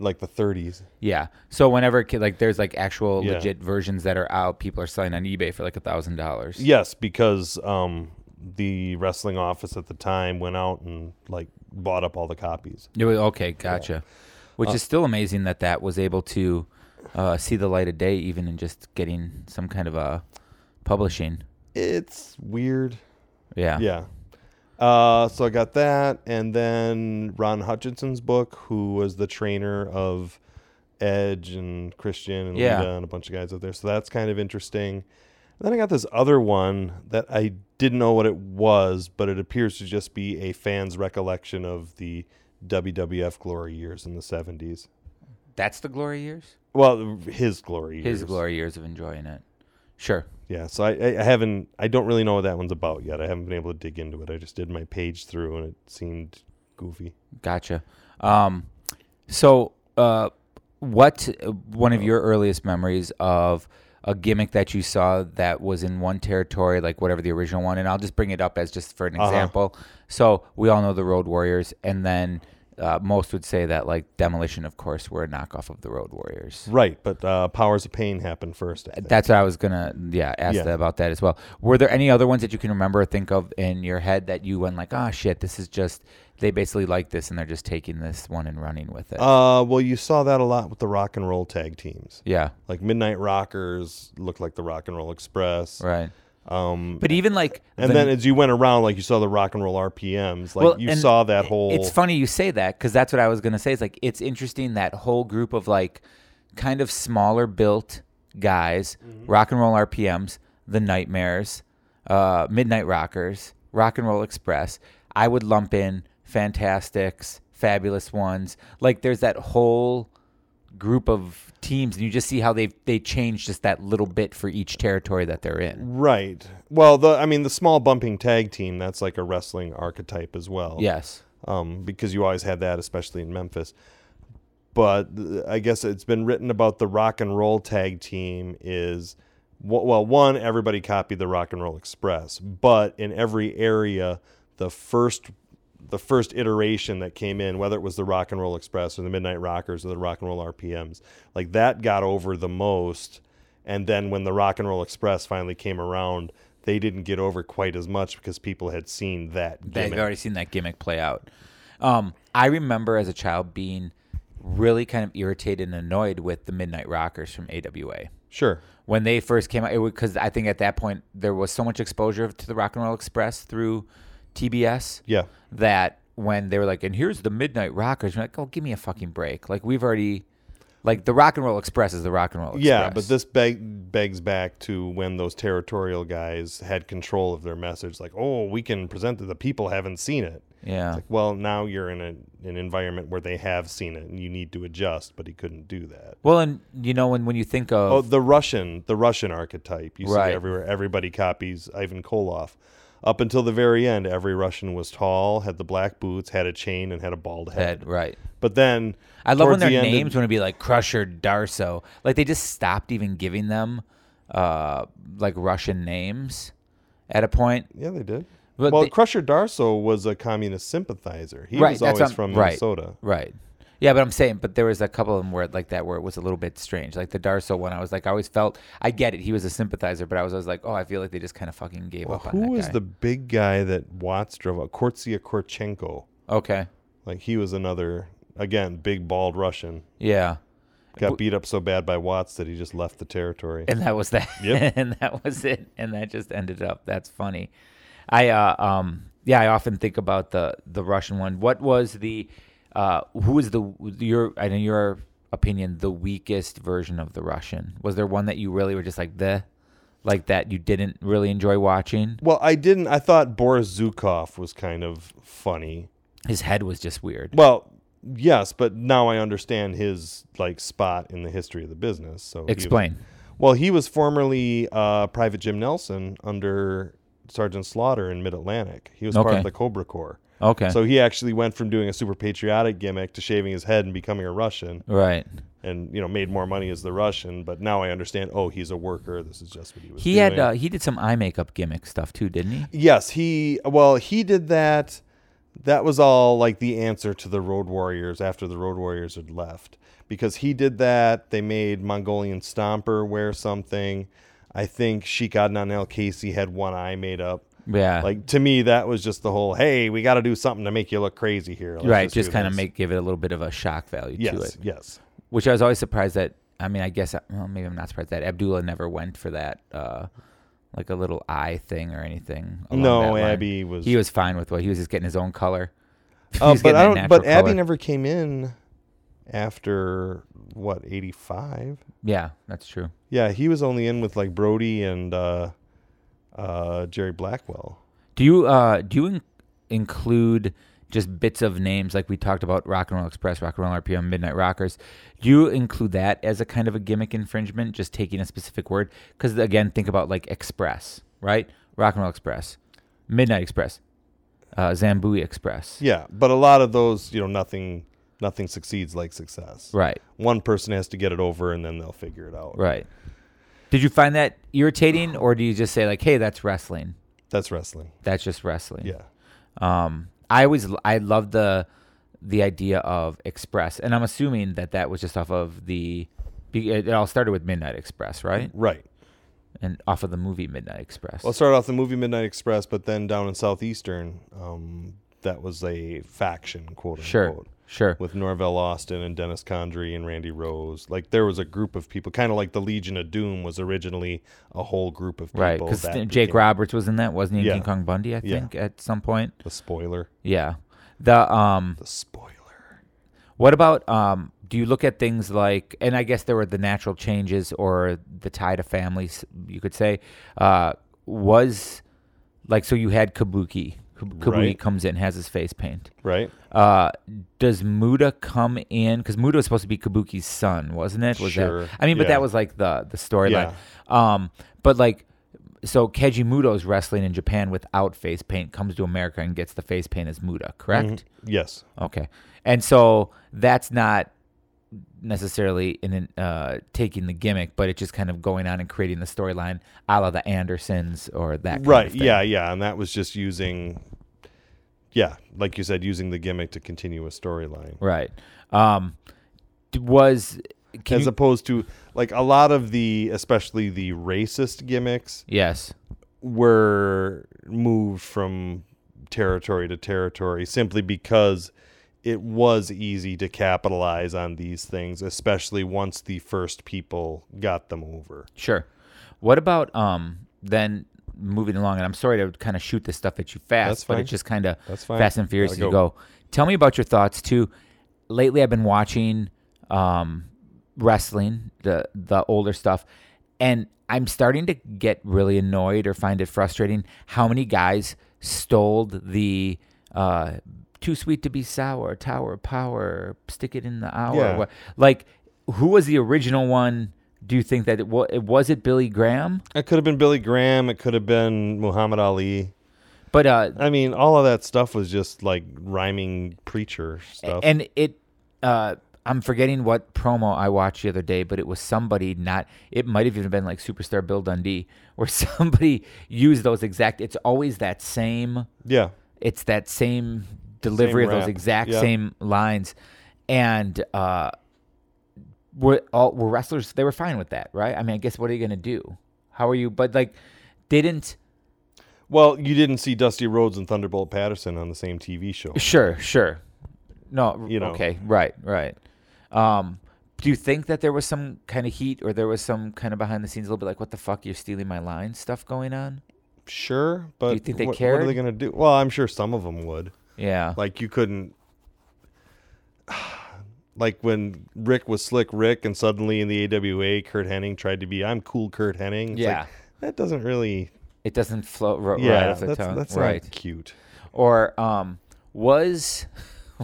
Speaker 1: like the 30s
Speaker 2: Yeah. So whenever it ca- like there's like actual
Speaker 1: Yeah.
Speaker 2: legit versions that are out, people are selling on eBay for like a thousand dollars.
Speaker 1: yes because um the wrestling office at the time went out and like bought up all the copies
Speaker 2: It was- okay, gotcha. Which is still amazing that that was able to uh, see the light of day, even in just getting some kind of a publishing.
Speaker 1: it's weird
Speaker 2: Yeah.
Speaker 1: yeah uh so i got that and then ron hutchinson's book who was the trainer of edge and christian and
Speaker 2: Yeah.
Speaker 1: Lita and a bunch of guys out there so that's kind of interesting And then I got this other one that I didn't know what it was, but it appears to just be a fan's recollection of the WWF glory years in the 70s.
Speaker 2: That's the glory years.
Speaker 1: Well, his glory years.
Speaker 2: His glory years of enjoying it. Sure.
Speaker 1: Yeah, so I, I I haven't, I don't really know what that one's about yet. I haven't been able to dig into it. I just did my page through and it seemed goofy.
Speaker 2: Gotcha. Um, so, uh, what one of your earliest memories of a gimmick that you saw that was in one territory, like whatever the original one? And I'll just bring it up as just for an example. So we all know the Road Warriors, and then uh, most would say that like Demolition, of course, were a knockoff of the Road Warriors.
Speaker 1: Right, but uh, Powers of Pain happened first. I think.
Speaker 2: That's what I was gonna, yeah, ask
Speaker 1: Yeah.
Speaker 2: that about that as well. Were there any other ones that you can remember or think of in your head that you went like, ah, shit, this is just they basically like this and they're just taking this one and running with it?
Speaker 1: uh, well, you saw that a lot with the rock and roll tag teams.
Speaker 2: yeah,
Speaker 1: Like Midnight Rockers looked like the Rock and Roll Express.
Speaker 2: right.
Speaker 1: Um,
Speaker 2: But even like,
Speaker 1: And then, as you went around, like you saw the rock and roll RPMs, like
Speaker 2: well,
Speaker 1: you
Speaker 2: and
Speaker 1: saw that whole.
Speaker 2: It's funny you say that because that's what I was gonna say. It's like it's interesting that whole group of like kind of smaller built guys,
Speaker 1: Mm-hmm.
Speaker 2: rock and roll RPMs, the Nightmares, uh, Midnight Rockers, Rock and Roll Express. I would lump in Fantastics, Fabulous Ones. Like there's that whole group of teams, and you just see how they they change just that little bit for each territory that they're in.
Speaker 1: Right. Well, the I mean, the small bumping tag team that's like a wrestling archetype as well.
Speaker 2: Yes.
Speaker 1: Um, because you always had that, especially in Memphis. But uh, I guess it's been written about the rock and roll tag team is wa- well, one everybody copied the rock and roll express, but in every area, the first the first iteration that came in, whether it was the Rock and Roll Express or the Midnight Rockers or the Rock and Roll RPMs, like that got over the most. And then when the Rock and Roll Express finally came around, they didn't get over quite as much because people had seen that.
Speaker 2: They've
Speaker 1: gimmick.
Speaker 2: already seen that gimmick play out. Um, I remember as a child being really kind of irritated and annoyed with the Midnight Rockers from AWA
Speaker 1: Sure.
Speaker 2: when they first came out. It because I think at that point there was so much exposure to the Rock and Roll Express through TBS
Speaker 1: Yeah.
Speaker 2: that when they were like, "And here's the Midnight Rockers," you're like, "Oh, give me a fucking break!" Like we've already. Like the Rock and Roll Express is the Rock and Roll Express.
Speaker 1: Yeah, but this beg- begs back to when those territorial guys had control of their message. Like, oh, we can present that the people haven't seen it.
Speaker 2: yeah,
Speaker 1: Like, well, now you're in a an environment where they have seen it and you need to adjust, but he couldn't do that.
Speaker 2: Well, and you know, when when you think of
Speaker 1: Oh, the Russian, the Russian archetype you
Speaker 2: Right.
Speaker 1: see everywhere. Everybody copies Ivan Koloff. Up until the very end, every Russian was tall, had the black boots, had a chain, and had a bald head.
Speaker 2: that, right?
Speaker 1: But then,
Speaker 2: I love when
Speaker 1: towards
Speaker 2: their
Speaker 1: the end of-
Speaker 2: names want to be like Crusher Darso. Like they just stopped even giving them uh like Russian names at a point.
Speaker 1: yeah, they did.
Speaker 2: But
Speaker 1: well,
Speaker 2: they-
Speaker 1: Crusher Darso was a communist sympathizer. He
Speaker 2: right,
Speaker 1: was always
Speaker 2: that's what I'm-
Speaker 1: from
Speaker 2: right,
Speaker 1: Minnesota.
Speaker 2: Right. Yeah, but I'm saying, but there was a couple of them where like that where it was a little bit strange. Like the Darso one, I was like, I always felt I get it. He was a sympathizer, but I was always like, oh, I feel like they just kind of fucking gave
Speaker 1: Well,
Speaker 2: up on
Speaker 1: who
Speaker 2: Oh, that
Speaker 1: was
Speaker 2: guy.
Speaker 1: the big guy that Watts drove up? Kortsia Korchenko.
Speaker 2: okay?
Speaker 1: Like he was another again big bald Russian.
Speaker 2: Yeah,
Speaker 1: Got beat up so bad by Watts that he just left the territory.
Speaker 2: and that was that.
Speaker 1: Yep.
Speaker 2: and that was it. And that just ended up. That's funny. I uh, um yeah, I often think about the the Russian one. What was the uh who was the your in your opinion the weakest version of the Russian? Was there one that you really were just like the like that you didn't really enjoy watching?
Speaker 1: Well, I didn't. I thought Boris Zukov was kind of funny.
Speaker 2: His head was just weird.
Speaker 1: Well, yes, but now I understand his like spot in the history of the business. So he was-
Speaker 2: Explain.
Speaker 1: well, he was formerly uh, Private Jim Nelson under Sergeant Slaughter in Mid Atlantic. He was part
Speaker 2: Okay.
Speaker 1: of the Cobra Corps.
Speaker 2: Okay.
Speaker 1: So he actually went from doing a super patriotic gimmick to shaving his head and becoming a Russian,
Speaker 2: right.
Speaker 1: and you know made more money as the Russian. But now I understand. Oh, he's a worker. This is just what he was.
Speaker 2: He had
Speaker 1: doing.
Speaker 2: uh, he did some eye makeup gimmick stuff too, didn't he?
Speaker 1: Yes, he well, he did that. That was all like the answer to the Road Warriors after the Road Warriors had left because he did that. They made Mongolian Stomper wear something. I think Sheik Adnan El Casey had one eye made up.
Speaker 2: Yeah.
Speaker 1: Like to me, that was just the whole hey, we got to do something to make you look crazy here. Let's
Speaker 2: right, just
Speaker 1: do
Speaker 2: kind of
Speaker 1: this."
Speaker 2: make give it a little bit of a shock value
Speaker 1: yes,
Speaker 2: to it.
Speaker 1: yes.
Speaker 2: Which I was always surprised that I mean, I guess well, maybe I'm not surprised that Abdullah never went for that uh like a little eye thing or anything. along
Speaker 1: No,
Speaker 2: that line.
Speaker 1: Abby was-
Speaker 2: He was fine with what he was just getting his own color. He
Speaker 1: Uh,
Speaker 2: was
Speaker 1: but
Speaker 2: getting
Speaker 1: I
Speaker 2: that
Speaker 1: don't. But
Speaker 2: natural
Speaker 1: Abby
Speaker 2: color.
Speaker 1: never came in after what eighty five.
Speaker 2: Yeah, that's true.
Speaker 1: Yeah, he was only in with like Brody and uh, uh, Jerry Blackwell.
Speaker 2: Do you uh do you in- include just bits of names like we talked about Rock and Roll Express, Rock and Roll RPM, Midnight Rockers? Do you include that as a kind of a gimmick infringement, just taking a specific word? Because again, think about like Express, right? Rock and Roll Express, Midnight Express, uh, Zambui Express,
Speaker 1: Yeah, but a lot of those, you know, nothing nothing succeeds like success.
Speaker 2: right?
Speaker 1: One person has to get it over, and then they'll figure it out.
Speaker 2: Right. Did you find that irritating, or do you just say like, "Hey, that's wrestling.
Speaker 1: That's wrestling.
Speaker 2: That's just wrestling."
Speaker 1: Yeah.
Speaker 2: Um, I always I love the the idea of Express, and I'm assuming that that was just off of the. be- It all started with Midnight Express, right?
Speaker 1: Right.
Speaker 2: And off of the movie Midnight Express.
Speaker 1: Well, it started off the movie Midnight Express, but then down in southeastern, um, that was a faction, quote unquote.
Speaker 2: sure, sure.
Speaker 1: With Norvell Austin and Dennis Condrey and Randy Rose, like there was a group of people, kind of like the Legion of Doom was originally a whole group of people.
Speaker 2: Right, because
Speaker 1: that
Speaker 2: Jake
Speaker 1: became
Speaker 2: Roberts was in that, wasn't he? in
Speaker 1: Yeah.
Speaker 2: King Kong Bundy, I
Speaker 1: Yeah.
Speaker 2: think, at some point.
Speaker 1: The spoiler.
Speaker 2: Yeah. The um,
Speaker 1: The spoiler.
Speaker 2: What about um? Do you look at things like, and I guess there were the natural changes or the tie to families, you could say, uh, was like so you had Kabuki. Kab- Kabuki
Speaker 1: Right.
Speaker 2: comes in, has his face paint.
Speaker 1: Right.
Speaker 2: Uh, does Muda come in? Because Muda was supposed to be Kabuki's son, wasn't it? Was
Speaker 1: Sure,
Speaker 2: That, I mean, but
Speaker 1: yeah.
Speaker 2: that was like the the storyline. Um, but like, so Keiji Muto's wrestling in Japan without face paint, comes to America and gets the face paint as Muda, correct?
Speaker 1: Mm-hmm. Yes.
Speaker 2: Okay, and so that's not necessarily in an, uh, taking the gimmick, but it's just kind of going on and creating the storyline, a la the Andersons or that. Kind
Speaker 1: Right.
Speaker 2: Of thing.
Speaker 1: yeah. Yeah. And that was just using, yeah, like you said, using the gimmick to continue a storyline,
Speaker 2: Right. Um, d- was can
Speaker 1: as
Speaker 2: you-
Speaker 1: opposed to like a lot of the, especially the racist gimmicks,
Speaker 2: yes.
Speaker 1: were moved from territory to territory simply because it was easy to capitalize on these things, especially once the first people got them over.
Speaker 2: Sure. What about um then moving along? And I'm sorry to kind of shoot this stuff at you fast,
Speaker 1: That's
Speaker 2: but
Speaker 1: fine.
Speaker 2: it's just kind of
Speaker 1: That's fine.
Speaker 2: fast and furious as
Speaker 1: Gotta
Speaker 2: you
Speaker 1: go.
Speaker 2: go. Tell me about your thoughts too. Lately, I've been watching um wrestling, the the older stuff, and I'm starting to get really annoyed or find it frustrating how many guys stole the uh Too Sweet to Be Sour, Tower Power, Stick It in the Hour.
Speaker 1: Yeah.
Speaker 2: wha- Like, who was the original one? Do you think that it was? Was it Billy Graham?
Speaker 1: It could have been Billy Graham. It could have been Muhammad Ali.
Speaker 2: But uh,
Speaker 1: I mean, all of that stuff was just like rhyming preacher stuff.
Speaker 2: And it, uh, I'm forgetting what promo I watched the other day, but it was somebody not. It might have even been like Superstar Bill Dundee, where somebody used those exact. It's always that same.
Speaker 1: yeah.
Speaker 2: It's that same delivery of those
Speaker 1: rap,
Speaker 2: exact
Speaker 1: yeah.
Speaker 2: same lines, and uh, were all were wrestlers. They were fine with that, right? I mean, I guess what are you gonna do? How are you? But like, didn't.
Speaker 1: Well, you didn't see Dusty Rhodes and Thunderbolt Patterson on the same TV show.
Speaker 2: Sure, sure. No,
Speaker 1: You know.
Speaker 2: Okay, right, right. Um, do you think that there was some kind of heat or there was some kind of behind the scenes a little bit like what the fuck you're stealing my line stuff going on?
Speaker 1: Sure, but
Speaker 2: you think they
Speaker 1: wh- what, are
Speaker 2: cared?
Speaker 1: they going to do? Well, I'm sure some of them would.
Speaker 2: Yeah.
Speaker 1: Like you couldn't like when Rick was slick Rick and suddenly in the AWA Kurt Hennig tried to be I'm cool Kurt Hennig. It's
Speaker 2: Yeah.
Speaker 1: Like, that doesn't really
Speaker 2: it doesn't flow ro- right
Speaker 1: Yeah,
Speaker 2: off the
Speaker 1: that's
Speaker 2: tongue.
Speaker 1: that's
Speaker 2: right.
Speaker 1: not cute.
Speaker 2: Or um was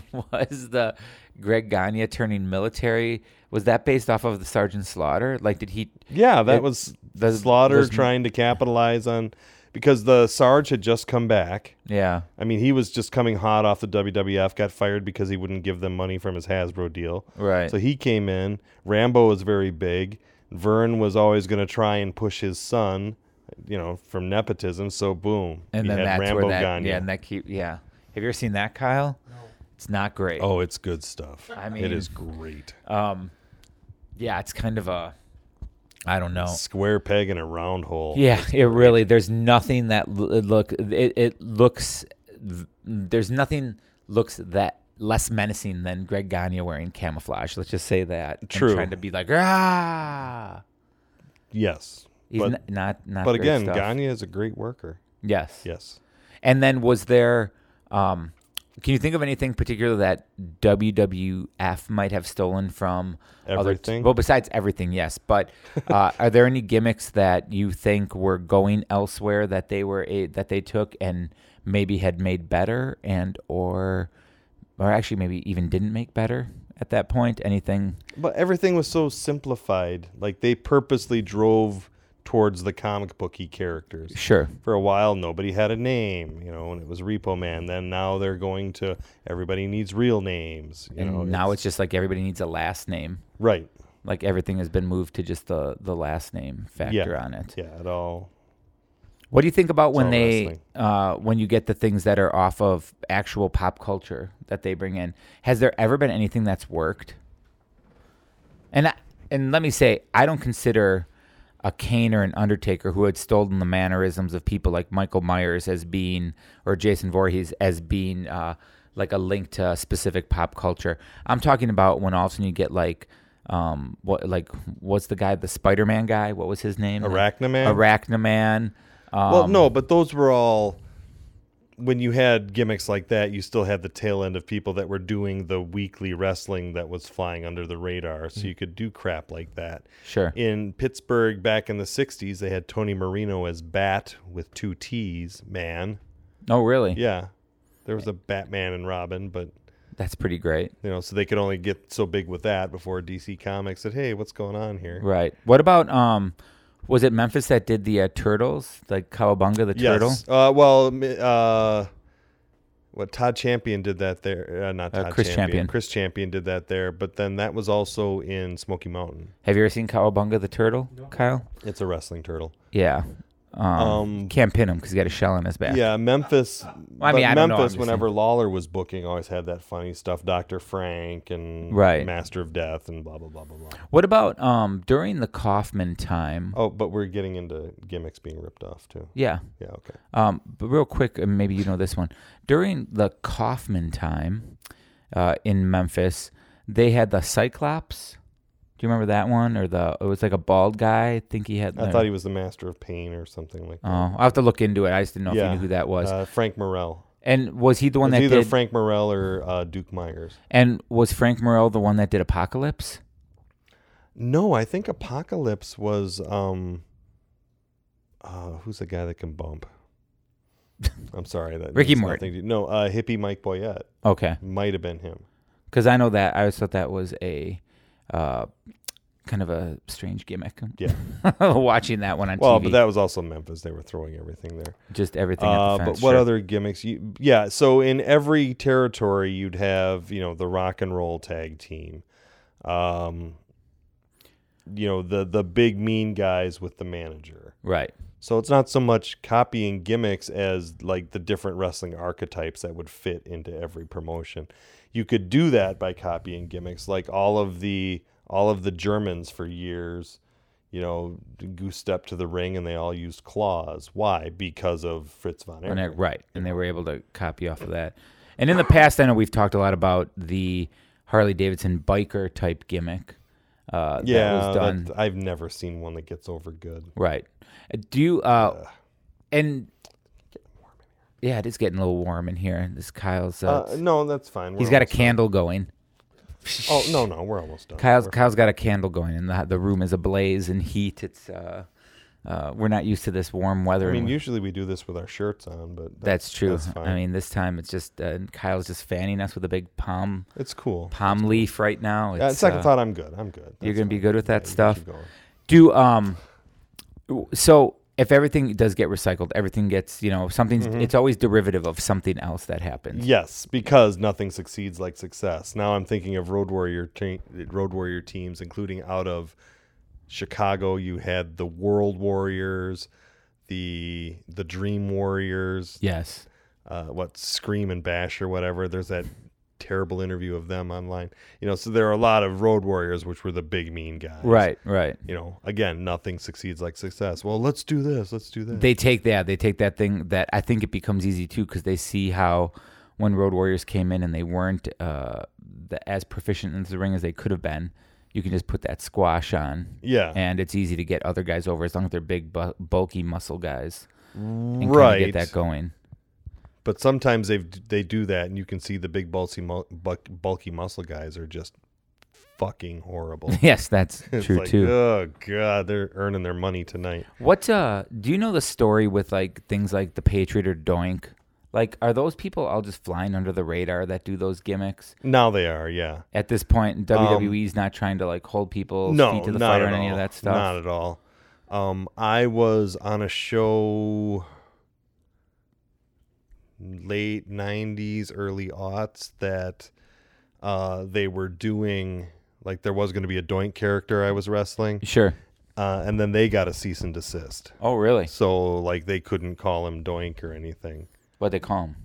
Speaker 2: was the Greg Gagne turning military was that based off of the Sergeant Slaughter? Like did he
Speaker 1: Yeah, that
Speaker 2: It-
Speaker 1: was
Speaker 2: the-
Speaker 1: Slaughter
Speaker 2: there's-
Speaker 1: trying to capitalize on because the Sarge had just come back.
Speaker 2: Yeah.
Speaker 1: I mean, he was just coming hot off the WWF, got fired because he wouldn't give them money from his Hasbro deal.
Speaker 2: Right.
Speaker 1: So he came in. Rambo was very big. Vern was always going to try and push his son, you know, from nepotism. So boom,
Speaker 2: and
Speaker 1: you
Speaker 2: then
Speaker 1: had
Speaker 2: that's
Speaker 1: Rambo
Speaker 2: where that
Speaker 1: Gagne.
Speaker 2: yeah, and that keep yeah. Have you ever seen that, Kyle? No. It's not great.
Speaker 1: oh, it's good stuff.
Speaker 2: I
Speaker 1: it is
Speaker 2: mean-
Speaker 1: great.
Speaker 2: Um, yeah, it's kind of a I don't know.
Speaker 1: Square peg in a round hole.
Speaker 2: oh. Yeah, it really. There's nothing that l- it look it, it looks. th- There's nothing looks that less menacing than Greg Gagne wearing camouflage. Let's just say that. and
Speaker 1: True.
Speaker 2: trying to be like ah.
Speaker 1: Yes.
Speaker 2: He's
Speaker 1: but
Speaker 2: n- not not.
Speaker 1: but
Speaker 2: great
Speaker 1: again,
Speaker 2: stuff.
Speaker 1: Gagne is a great worker.
Speaker 2: Yes.
Speaker 1: Yes.
Speaker 2: And then was there? Um, can you think of anything particular that WWF might have stolen from other t-
Speaker 1: Everything?
Speaker 2: well, besides everything, yes. But uh, are there any gimmicks that you think were going elsewhere that they were a, that they took and maybe had made better and or or actually maybe even didn't make better at that point? Anything?
Speaker 1: But everything was so simplified. Like they purposely drove towards the comic booky characters.
Speaker 2: Sure.
Speaker 1: For a while, nobody had a name, you know, and it was Repo Man. Then now they're going to everybody needs real names. You
Speaker 2: And
Speaker 1: know,
Speaker 2: now it's just like everybody needs a last name.
Speaker 1: right.
Speaker 2: Like everything has been moved to just the the last name factor
Speaker 1: Yeah,
Speaker 2: on it.
Speaker 1: Yeah, at all.
Speaker 2: What do you think about when
Speaker 1: all
Speaker 2: they
Speaker 1: wrestling.
Speaker 2: uh, when you get the things that are off of actual pop culture that they bring in? Has there ever been anything that's worked? And I, and let me say, I don't consider a Kane or an Undertaker who had stolen the mannerisms of people like Michael Myers as being or Jason Voorhees as being uh, like a link to specific pop culture. I'm talking about when all of a sudden you get like. Um, what like what's the guy, the Spider-Man guy? What was his name?
Speaker 1: Arachnaman?
Speaker 2: Arachnaman. Um,
Speaker 1: well, no, but those were all when you had gimmicks like that, you still had the tail end of people that were doing the weekly wrestling that was flying under the radar,
Speaker 2: Mm.
Speaker 1: so you could do crap like that.
Speaker 2: Sure.
Speaker 1: In Pittsburgh back in the 60s, they had Tony Marino as Bat with two T's, man.
Speaker 2: Oh, really?
Speaker 1: Yeah. There was a Batman and Robin, but
Speaker 2: That's pretty great.
Speaker 1: you know, so they could only get so big with that before DC Comics said, "Hey, what's going on here?"
Speaker 2: Right. What about um was it Memphis that did the uh, turtles? Like Cowabunga the turtle?
Speaker 1: Yes. Uh, well, m- uh, what Todd Champion did that there, uh, not
Speaker 2: Uh,
Speaker 1: Todd
Speaker 2: Chris Champion.
Speaker 1: Chris Champion did that there, but then that was also in Smoky Mountain.
Speaker 2: Have you ever seen Cowabunga the turtle, Kyle?
Speaker 1: It's a wrestling turtle.
Speaker 2: Yeah. Um,
Speaker 1: Um,
Speaker 2: can't pin him because he's got a shell on his back.
Speaker 1: Yeah, Memphis.
Speaker 2: I
Speaker 1: but
Speaker 2: mean, I don't know, I'm
Speaker 1: Memphis,
Speaker 2: just
Speaker 1: whenever Lawler was booking, always had that funny stuff, Doctor Frank and
Speaker 2: Right.
Speaker 1: Master of Death and blah blah blah blah blah.
Speaker 2: What about um during the Kaufman time?
Speaker 1: Oh, but we're getting into gimmicks being ripped off too.
Speaker 2: Yeah.
Speaker 1: Yeah, okay.
Speaker 2: Um, but real quick, and maybe you know this one. During the Kaufman time uh, in Memphis, they had the Cyclops. Do you remember that one? Or the it was like a bald guy. I think he had.
Speaker 1: I thought he was the Master of Pain or something like that.
Speaker 2: Oh, I'll have to look into it. I just didn't know if you knew who that was.
Speaker 1: Uh, Frank Morell.
Speaker 2: and was he the one
Speaker 1: It's
Speaker 2: that
Speaker 1: either
Speaker 2: did?
Speaker 1: Frank Morell or uh, Duke Myers.
Speaker 2: and was Frank Morell the one that did Apocalypse?
Speaker 1: No, I think Apocalypse was um uh who's the guy that can bump? I'm sorry. That
Speaker 2: Ricky
Speaker 1: has
Speaker 2: Morton.
Speaker 1: nothing to- No, uh, hippie Mike Boyette
Speaker 2: Okay.
Speaker 1: might have been him.
Speaker 2: Because I know that. I always thought that was a uh, kind of a strange gimmick.
Speaker 1: Yeah.
Speaker 2: Watching that one on
Speaker 1: Well,
Speaker 2: TV.
Speaker 1: but that was also Memphis. They were throwing everything there.
Speaker 2: just everything
Speaker 1: Uh,
Speaker 2: at the
Speaker 1: but
Speaker 2: fence.
Speaker 1: what
Speaker 2: sure.
Speaker 1: other gimmicks? You, yeah, so in every territory, you'd have you know the rock and roll tag team, um, you know the the big mean guys with the manager.
Speaker 2: Right.
Speaker 1: So it's not so much copying gimmicks as like the different wrestling archetypes that would fit into every promotion. You could do that by copying gimmicks, like all of the all of the Germans for years, you know, goose stepped to the ring and they all used claws. Why? Because of Fritz von
Speaker 2: And they're-
Speaker 1: Erich.
Speaker 2: right. And they were able to copy off of that. And in the past, I know we've talked a lot about the Harley Davidson biker type gimmick. Uh,
Speaker 1: Yeah,
Speaker 2: that was
Speaker 1: that-
Speaker 2: done.
Speaker 1: I've never seen one that gets over good.
Speaker 2: Right. Uh, Do you uh and yeah, it is getting a little warm in here. This Kyle's uh,
Speaker 1: Uh, no, that's fine.
Speaker 2: he's
Speaker 1: We're
Speaker 2: got a
Speaker 1: almost-
Speaker 2: candle going.
Speaker 1: Oh no, no, we're almost done.
Speaker 2: Kyle's
Speaker 1: We're-
Speaker 2: Kyle's got a candle going, and the the room is ablaze in heat. It's uh, uh we're not used to this warm weather.
Speaker 1: I
Speaker 2: and
Speaker 1: mean,
Speaker 2: we-
Speaker 1: usually we do this with our shirts on, but
Speaker 2: that's, true.
Speaker 1: That's fine.
Speaker 2: I mean, this time it's just uh, Kyle's just fanning us with a big palm
Speaker 1: it's cool.
Speaker 2: palm leaf right now.
Speaker 1: Uh,
Speaker 2: It's,
Speaker 1: second
Speaker 2: uh,
Speaker 1: thought, I'm good. I'm good.
Speaker 2: you're
Speaker 1: That's
Speaker 2: gonna be
Speaker 1: fine.
Speaker 2: good with that
Speaker 1: Yeah, you
Speaker 2: stuff?
Speaker 1: keep going.
Speaker 2: Do um, w- so if everything does get recycled, everything gets you know something.
Speaker 1: Mm-hmm.
Speaker 2: It's always derivative of something else that happens.
Speaker 1: Yes, because nothing succeeds like success. Now I'm thinking of road warrior te- road warrior teams, including out of Chicago. You had the World Warriors, the the Dream Warriors,
Speaker 2: Yes.
Speaker 1: uh, what Scream and Bash or whatever. There's that terrible interview of them online. You know, so there are a lot of road warriors, which were the big mean guys.
Speaker 2: Right, right.
Speaker 1: You know, again, nothing succeeds like success. Well, let's do this. Let's do that.
Speaker 2: They take that. They take that thing that I think it becomes easy too because they see how when Road Warriors came in and they weren't uh, the, as proficient into the ring as they could have been, you can just put that squash on.
Speaker 1: Yeah.
Speaker 2: And it's easy to get other guys over as long as they're big, bu- bulky muscle guys. And kinda
Speaker 1: Right.
Speaker 2: Get that going.
Speaker 1: But sometimes they they do that, and you can see the big bulky mu- buck- bulky muscle guys are just fucking horrible.
Speaker 2: Yes, that's
Speaker 1: It's
Speaker 2: true
Speaker 1: like,
Speaker 2: too.
Speaker 1: Oh god, they're earning their money tonight.
Speaker 2: What uh do you know the story with like things like the Patriot or Doink? Like are those people all just flying under the radar that do those gimmicks?
Speaker 1: Now they are, yeah.
Speaker 2: At this point, WWE's not trying to like hold people
Speaker 1: Um, No,
Speaker 2: feet to the
Speaker 1: not
Speaker 2: fire
Speaker 1: at
Speaker 2: and
Speaker 1: all.
Speaker 2: any of that stuff.
Speaker 1: Not at all. Um, I was on a show late '90s, early aughts that uh, they were doing. Like there was going to be a Doink character I was wrestling,
Speaker 2: Sure.
Speaker 1: uh, and then they got a cease and desist.
Speaker 2: Oh really?
Speaker 1: So like they couldn't call him Doink or anything.
Speaker 2: What they call him?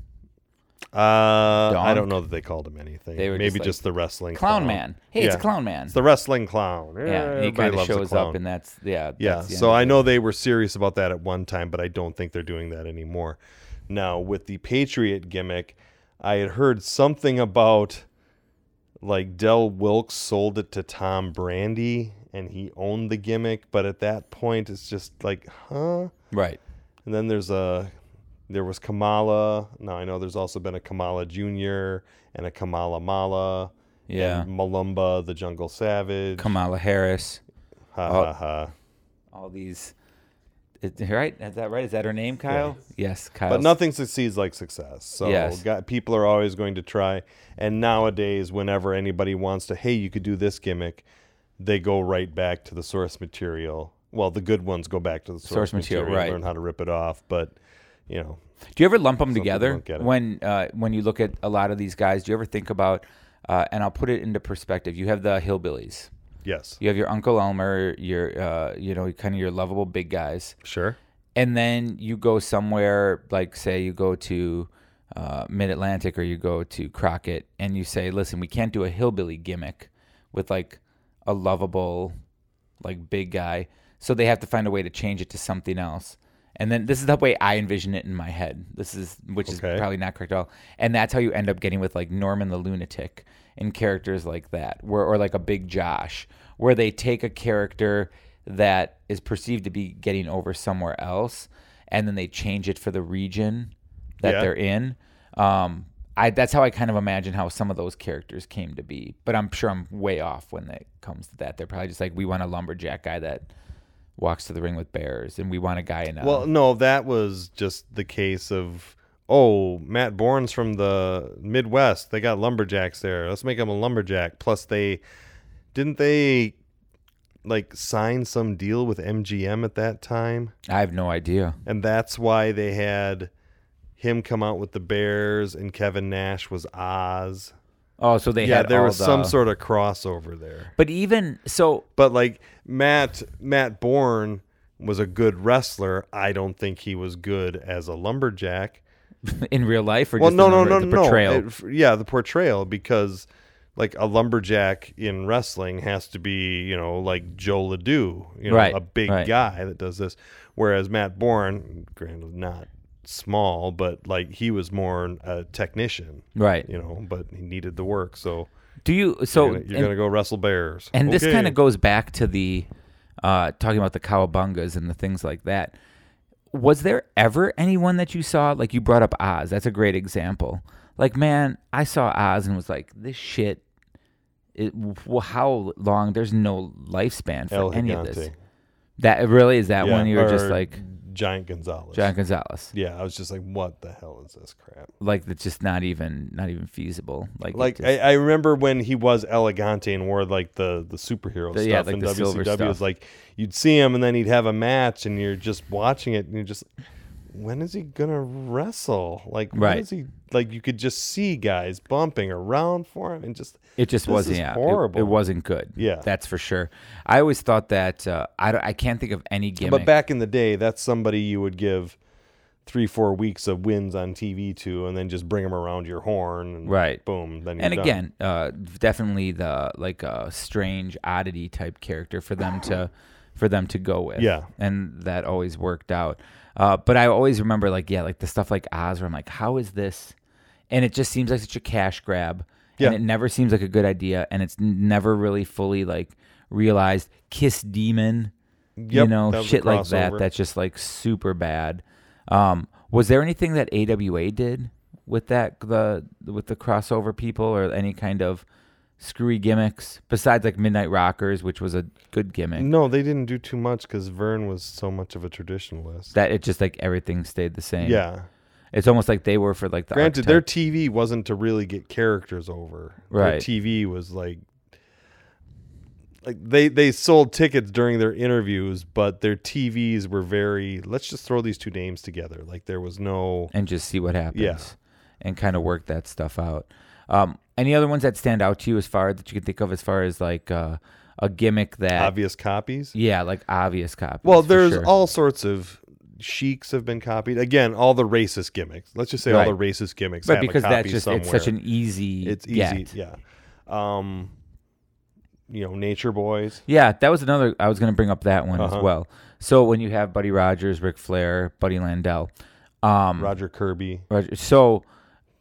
Speaker 1: Uh, I
Speaker 2: Donk?
Speaker 1: don't know that they called him anything.
Speaker 2: They were
Speaker 1: Maybe
Speaker 2: just
Speaker 1: just,
Speaker 2: like,
Speaker 1: the wrestling
Speaker 2: Clown man. Hey, it's a
Speaker 1: Yeah.
Speaker 2: clown man.
Speaker 1: It's the wrestling clown.
Speaker 2: yeah, he
Speaker 1: everybody
Speaker 2: kind of
Speaker 1: loves a
Speaker 2: shows
Speaker 1: clown.
Speaker 2: up, and that's yeah.
Speaker 1: yeah.
Speaker 2: that's the
Speaker 1: So
Speaker 2: end
Speaker 1: I
Speaker 2: of
Speaker 1: know they were serious about that at one time, but I don't think they're doing that anymore. Now with the Patriot gimmick, I had heard something about like Del Wilkes sold it to Tom Brandy and he owned the gimmick, but at that point it's just like, huh?
Speaker 2: it. right.
Speaker 1: And then there's a there was Kamala. Now I know there's also been a Kamala Junior and a Kamala Mala.
Speaker 2: Yeah.
Speaker 1: And Malumba, the Jungle Savage.
Speaker 2: Kamala Harris.
Speaker 1: ha ha
Speaker 2: uh,
Speaker 1: ha.
Speaker 2: All these. Is, right? Is that right? Is that her name, Kyle? Yes, Kyle.
Speaker 1: But nothing succeeds like success. So
Speaker 2: Yes.
Speaker 1: got, people are always going to try. And nowadays, whenever anybody wants to, hey, you could do this gimmick, they go right back to the source material. Well, the good ones go back to the source,
Speaker 2: Source material, right.
Speaker 1: learn how to rip it off. But you know,
Speaker 2: Do you ever lump them
Speaker 1: people
Speaker 2: together
Speaker 1: don't get it.
Speaker 2: when uh, when you look at a lot of these guys? Do you ever think about? Uh, and I'll put it into perspective. You have the hillbillies.
Speaker 1: yes,
Speaker 2: You have your Uncle Elmer. Your uh, you know kind of your lovable big guys,
Speaker 1: sure,
Speaker 2: and then you go somewhere like say you go to uh, Mid Atlantic or you go to Crockett, and you say, "Listen, we can't do a hillbilly gimmick with like a lovable like big guy." So they have to find a way to change it to something else. And then this is the way I envision it in my head. This is which is
Speaker 1: Okay.
Speaker 2: probably probably not correct at all. And that's how you end up getting with like Norman the Lunatic and characters like that, where or like a Big Josh, where they take a character that is perceived to be getting over somewhere else, and then they change it for the region that
Speaker 1: Yeah.
Speaker 2: they're in. Um, I that's how I kind of imagine how some of those characters came to be. But I'm sure I'm way off when it comes to that. They're probably just like we want a lumberjack guy that walks to the ring with bears, and we want a guy in um, a
Speaker 1: Well, no, that was just the case of oh, Matt Bourne's from the Midwest. They got lumberjacks there. Let's make him a lumberjack. Plus, they didn't they like sign some deal with MGM at that time,
Speaker 2: I have no idea.
Speaker 1: and that's why they had him come out with the Bears and Kevin Nash was Oz.
Speaker 2: Oh, so they
Speaker 1: yeah,
Speaker 2: had
Speaker 1: there
Speaker 2: all
Speaker 1: was
Speaker 2: the-
Speaker 1: some sort of crossover there.
Speaker 2: But even so,
Speaker 1: But like Matt Matt Bourne was a good wrestler. I don't think he was good as a lumberjack.
Speaker 2: in real life, or
Speaker 1: well,
Speaker 2: just
Speaker 1: no,
Speaker 2: in
Speaker 1: no,
Speaker 2: the,
Speaker 1: no,
Speaker 2: the
Speaker 1: no.
Speaker 2: portrayal?
Speaker 1: It- f- yeah, the portrayal because like a lumberjack in wrestling has to be you know like Joe Ledoux, you know,
Speaker 2: Right,
Speaker 1: a big
Speaker 2: right.
Speaker 1: guy that does this. Whereas Matt Bourne, granted, not small, but like he was more a technician,
Speaker 2: right.
Speaker 1: you know, but he needed the work. So
Speaker 2: Do you so?
Speaker 1: you're, gonna, you're
Speaker 2: and-
Speaker 1: gonna go wrestle bears,
Speaker 2: And this
Speaker 1: Okay.
Speaker 2: kind of goes back to the uh, talking about the cowabungas and the things like that. Was there ever anyone that you saw like you brought up Oz? That's a great example. Like, man, I saw Oz and was like, this shit. It, well, how long? There's no lifespan for
Speaker 1: El
Speaker 2: any of this.
Speaker 1: Gigante.
Speaker 2: That really is that
Speaker 1: Yeah,
Speaker 2: one. You were just
Speaker 1: or
Speaker 2: like
Speaker 1: Giant Gonzalez.
Speaker 2: John Gonzalez.
Speaker 1: yeah, I was just like, what the hell is this crap?
Speaker 2: Like that's just not even not even feasible. Like it
Speaker 1: Like
Speaker 2: just-
Speaker 1: I, I remember when he was elegante and wore like the the superhero
Speaker 2: The-
Speaker 1: stuff
Speaker 2: yeah, like
Speaker 1: in
Speaker 2: the
Speaker 1: WCW.
Speaker 2: silver
Speaker 1: It was
Speaker 2: stuff.
Speaker 1: like you'd see him and then he'd have a match and you're just watching it and you're just when is he gonna wrestle? Like when
Speaker 2: Right.
Speaker 1: is he like you could just see guys bumping around for him and just
Speaker 2: It just
Speaker 1: this
Speaker 2: wasn't
Speaker 1: is
Speaker 2: yeah, it-
Speaker 1: horrible.
Speaker 2: It, wasn't good.
Speaker 1: Yeah.
Speaker 2: that's for sure. I always thought that uh, I don't- I can't think of any gimmick.
Speaker 1: But back in the day, that's somebody you would give three, four weeks of wins on TV to, and then just bring them around your horn, and
Speaker 2: Right.
Speaker 1: Boom. Then you're
Speaker 2: and
Speaker 1: done.
Speaker 2: again, uh, definitely the like a strange oddity type character for them to for them to go with.
Speaker 1: Yeah.
Speaker 2: and that always worked out. Uh, but I always remember like yeah, like the stuff like Oz, where I'm like, how is this? And it just seems like such a cash grab.
Speaker 1: Yeah.
Speaker 2: And it never seems like a good idea, and it's n- never really fully like realized. Kiss Demon.
Speaker 1: Yep,
Speaker 2: you know,
Speaker 1: that was a
Speaker 2: shit like that.
Speaker 1: crossover.
Speaker 2: That's just like super bad. Um, was there anything that AWA did with that the with the crossover people or any kind of screwy gimmicks besides like Midnight Rockers, which was a good gimmick?
Speaker 1: No, they didn't do too much because Vern was so much of a traditionalist.
Speaker 2: That it just like everything stayed the same.
Speaker 1: yeah.
Speaker 2: it's almost like they were for like the
Speaker 1: Granted, their
Speaker 2: archetype.
Speaker 1: TV wasn't to really get characters over. Their
Speaker 2: Right.
Speaker 1: TV was like, like they they sold tickets during their interviews, but their TVs were very. Let's just throw these two names together. Like there was no.
Speaker 2: and just see what happens.
Speaker 1: Yeah.
Speaker 2: and kind of work that stuff out. Um, any other ones that stand out to you as far that you can think of as far as like uh, a gimmick that
Speaker 1: Obvious copies.
Speaker 2: yeah, like obvious copies.
Speaker 1: Well,
Speaker 2: for
Speaker 1: there's
Speaker 2: sure.
Speaker 1: all sorts of sheiks have been copied. Again, all the racist gimmicks. Let's just say all the
Speaker 2: Right.
Speaker 1: racist gimmicks.
Speaker 2: But
Speaker 1: have a
Speaker 2: because
Speaker 1: copy
Speaker 2: that's just
Speaker 1: somewhere.
Speaker 2: it's such an easy
Speaker 1: it's easy.
Speaker 2: get. yeah.
Speaker 1: Yeah. Um, you know, Nature Boys.
Speaker 2: that was another I was gonna bring up that one
Speaker 1: Uh-huh.
Speaker 2: as well. So when you have Buddy Rogers, Ric Flair, Buddy Landell, um
Speaker 1: Roger Kirby,
Speaker 2: Roger- so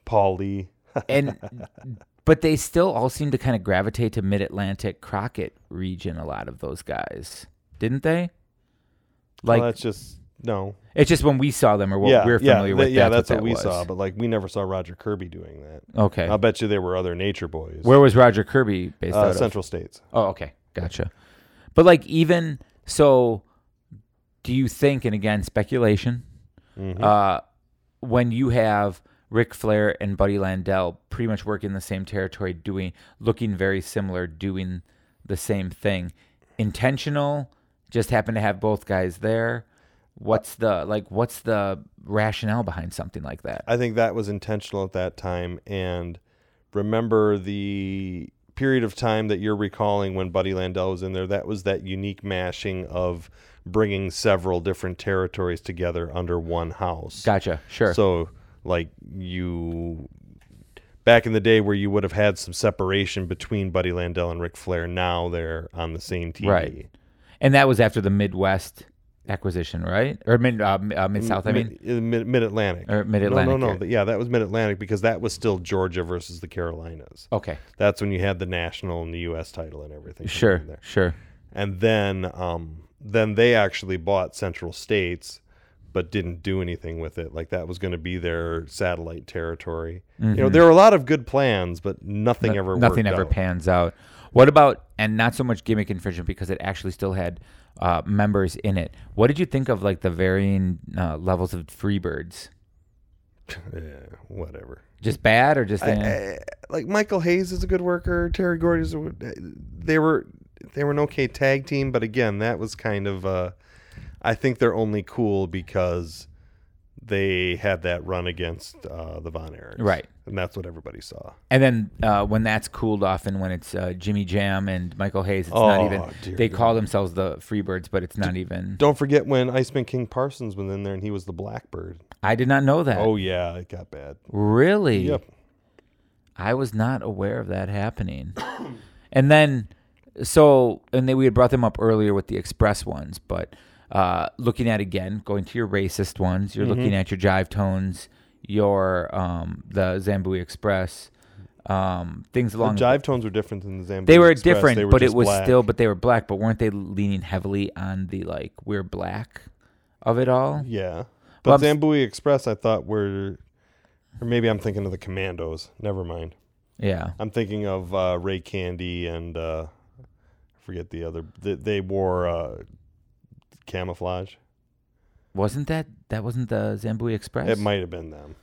Speaker 1: Paul Lee.
Speaker 2: and but they still all seem to kind of gravitate to mid Atlantic Crockett region, a lot of those guys. Didn't they?
Speaker 1: Like
Speaker 2: Like
Speaker 1: that's just no.
Speaker 2: it's just when we saw them or what
Speaker 1: yeah,
Speaker 2: we're familiar
Speaker 1: yeah,
Speaker 2: with.
Speaker 1: th- yeah, that's what,
Speaker 2: that
Speaker 1: we
Speaker 2: was.
Speaker 1: saw. But like, we never saw Roger Kirby doing that.
Speaker 2: okay.
Speaker 1: I'll bet you there were other Nature Boys.
Speaker 2: Where was Roger Kirby based out
Speaker 1: uh,
Speaker 2: of?
Speaker 1: Central States?
Speaker 2: Oh, okay. Gotcha. But like even so do you think and again speculation uh when you have Ric Flair and Buddy Landell pretty much working the same territory doing looking very similar doing the same thing intentional just happen to have both guys there what's the like what's the rationale behind something like that
Speaker 1: I think that was intentional at that time. And remember the period of time that you're recalling when Buddy Landell was in there. That was that unique mashing of bringing several different territories together under one house.
Speaker 2: gotcha sure
Speaker 1: So, like you, back in the day where you would have had some separation between Buddy Landell and Ric Flair, now they're on the same TV.
Speaker 2: Right. and that was after the midwest acquisition right or mid uh, mid south i mean
Speaker 1: uh, Mid Mid Atlantic.
Speaker 2: Or Mid-Atlantic,
Speaker 1: No, no,
Speaker 2: yeah.
Speaker 1: no. Yeah, that was Mid Atlantic because that was still Georgia versus the Carolinas.
Speaker 2: Okay.
Speaker 1: That's when you had the national and the U.S. title and everything.
Speaker 2: Sure.
Speaker 1: in there.
Speaker 2: Sure.
Speaker 1: And then, um, then they actually bought Central States, but didn't do anything with it. Like that was going to be their satellite territory. You know, there were a lot of good plans, but nothing
Speaker 2: No-
Speaker 1: ever.
Speaker 2: Mm-hmm. nothing
Speaker 1: worked
Speaker 2: ever
Speaker 1: out.
Speaker 2: pans out. What about and not so much gimmick infringement because it actually still had uh, members in it. What did you think of like the varying uh, levels of Freebirds?
Speaker 1: yeah, whatever.
Speaker 2: Just bad or just
Speaker 1: I-
Speaker 2: eh?
Speaker 1: I- like Michael Hayes is a good worker. Terry Gordy is. A, eh, they were they were an okay tag team, but again, that was kind of. Uh, I think they're only cool because they had that run against uh, the Von Erichs,
Speaker 2: Right.
Speaker 1: And that's what everybody saw.
Speaker 2: And then uh, when that's cooled off, and when it's uh, Jimmy Jam and Michael Hayes, it's not
Speaker 1: Oh,
Speaker 2: even.
Speaker 1: dear
Speaker 2: They call themselves the Freebirds, but it's not even.
Speaker 1: Don't forget when Iceman King Parsons was in there and he was the Blackbird.
Speaker 2: I did not know that.
Speaker 1: Oh yeah, it got bad.
Speaker 2: really?
Speaker 1: Yep.
Speaker 2: I was not aware of that happening. and then, so, and then we had brought them up earlier with the express ones, but uh, looking at again, going to your racist ones,
Speaker 1: Mm-hmm.
Speaker 2: you're looking at your Jive Tones, your um, the Zambui Express, um, things
Speaker 1: The
Speaker 2: along
Speaker 1: jive tones were different than the Zamboni
Speaker 2: they were
Speaker 1: Express.
Speaker 2: different,
Speaker 1: They were
Speaker 2: but it
Speaker 1: just
Speaker 2: was
Speaker 1: black.
Speaker 2: still, but they were black. But weren't they leaning heavily on the like we're black of it all?
Speaker 1: Yeah.
Speaker 2: Well,
Speaker 1: But
Speaker 2: I'm s-
Speaker 1: Zambui Express, I thought were, or maybe I'm thinking of the Commandos. Never mind.
Speaker 2: Yeah,
Speaker 1: I'm thinking of uh, Ray Candy and uh, I forget the other. They, they wore uh, camouflage.
Speaker 2: wasn't that that wasn't the Zambui Express?
Speaker 1: It might have been them.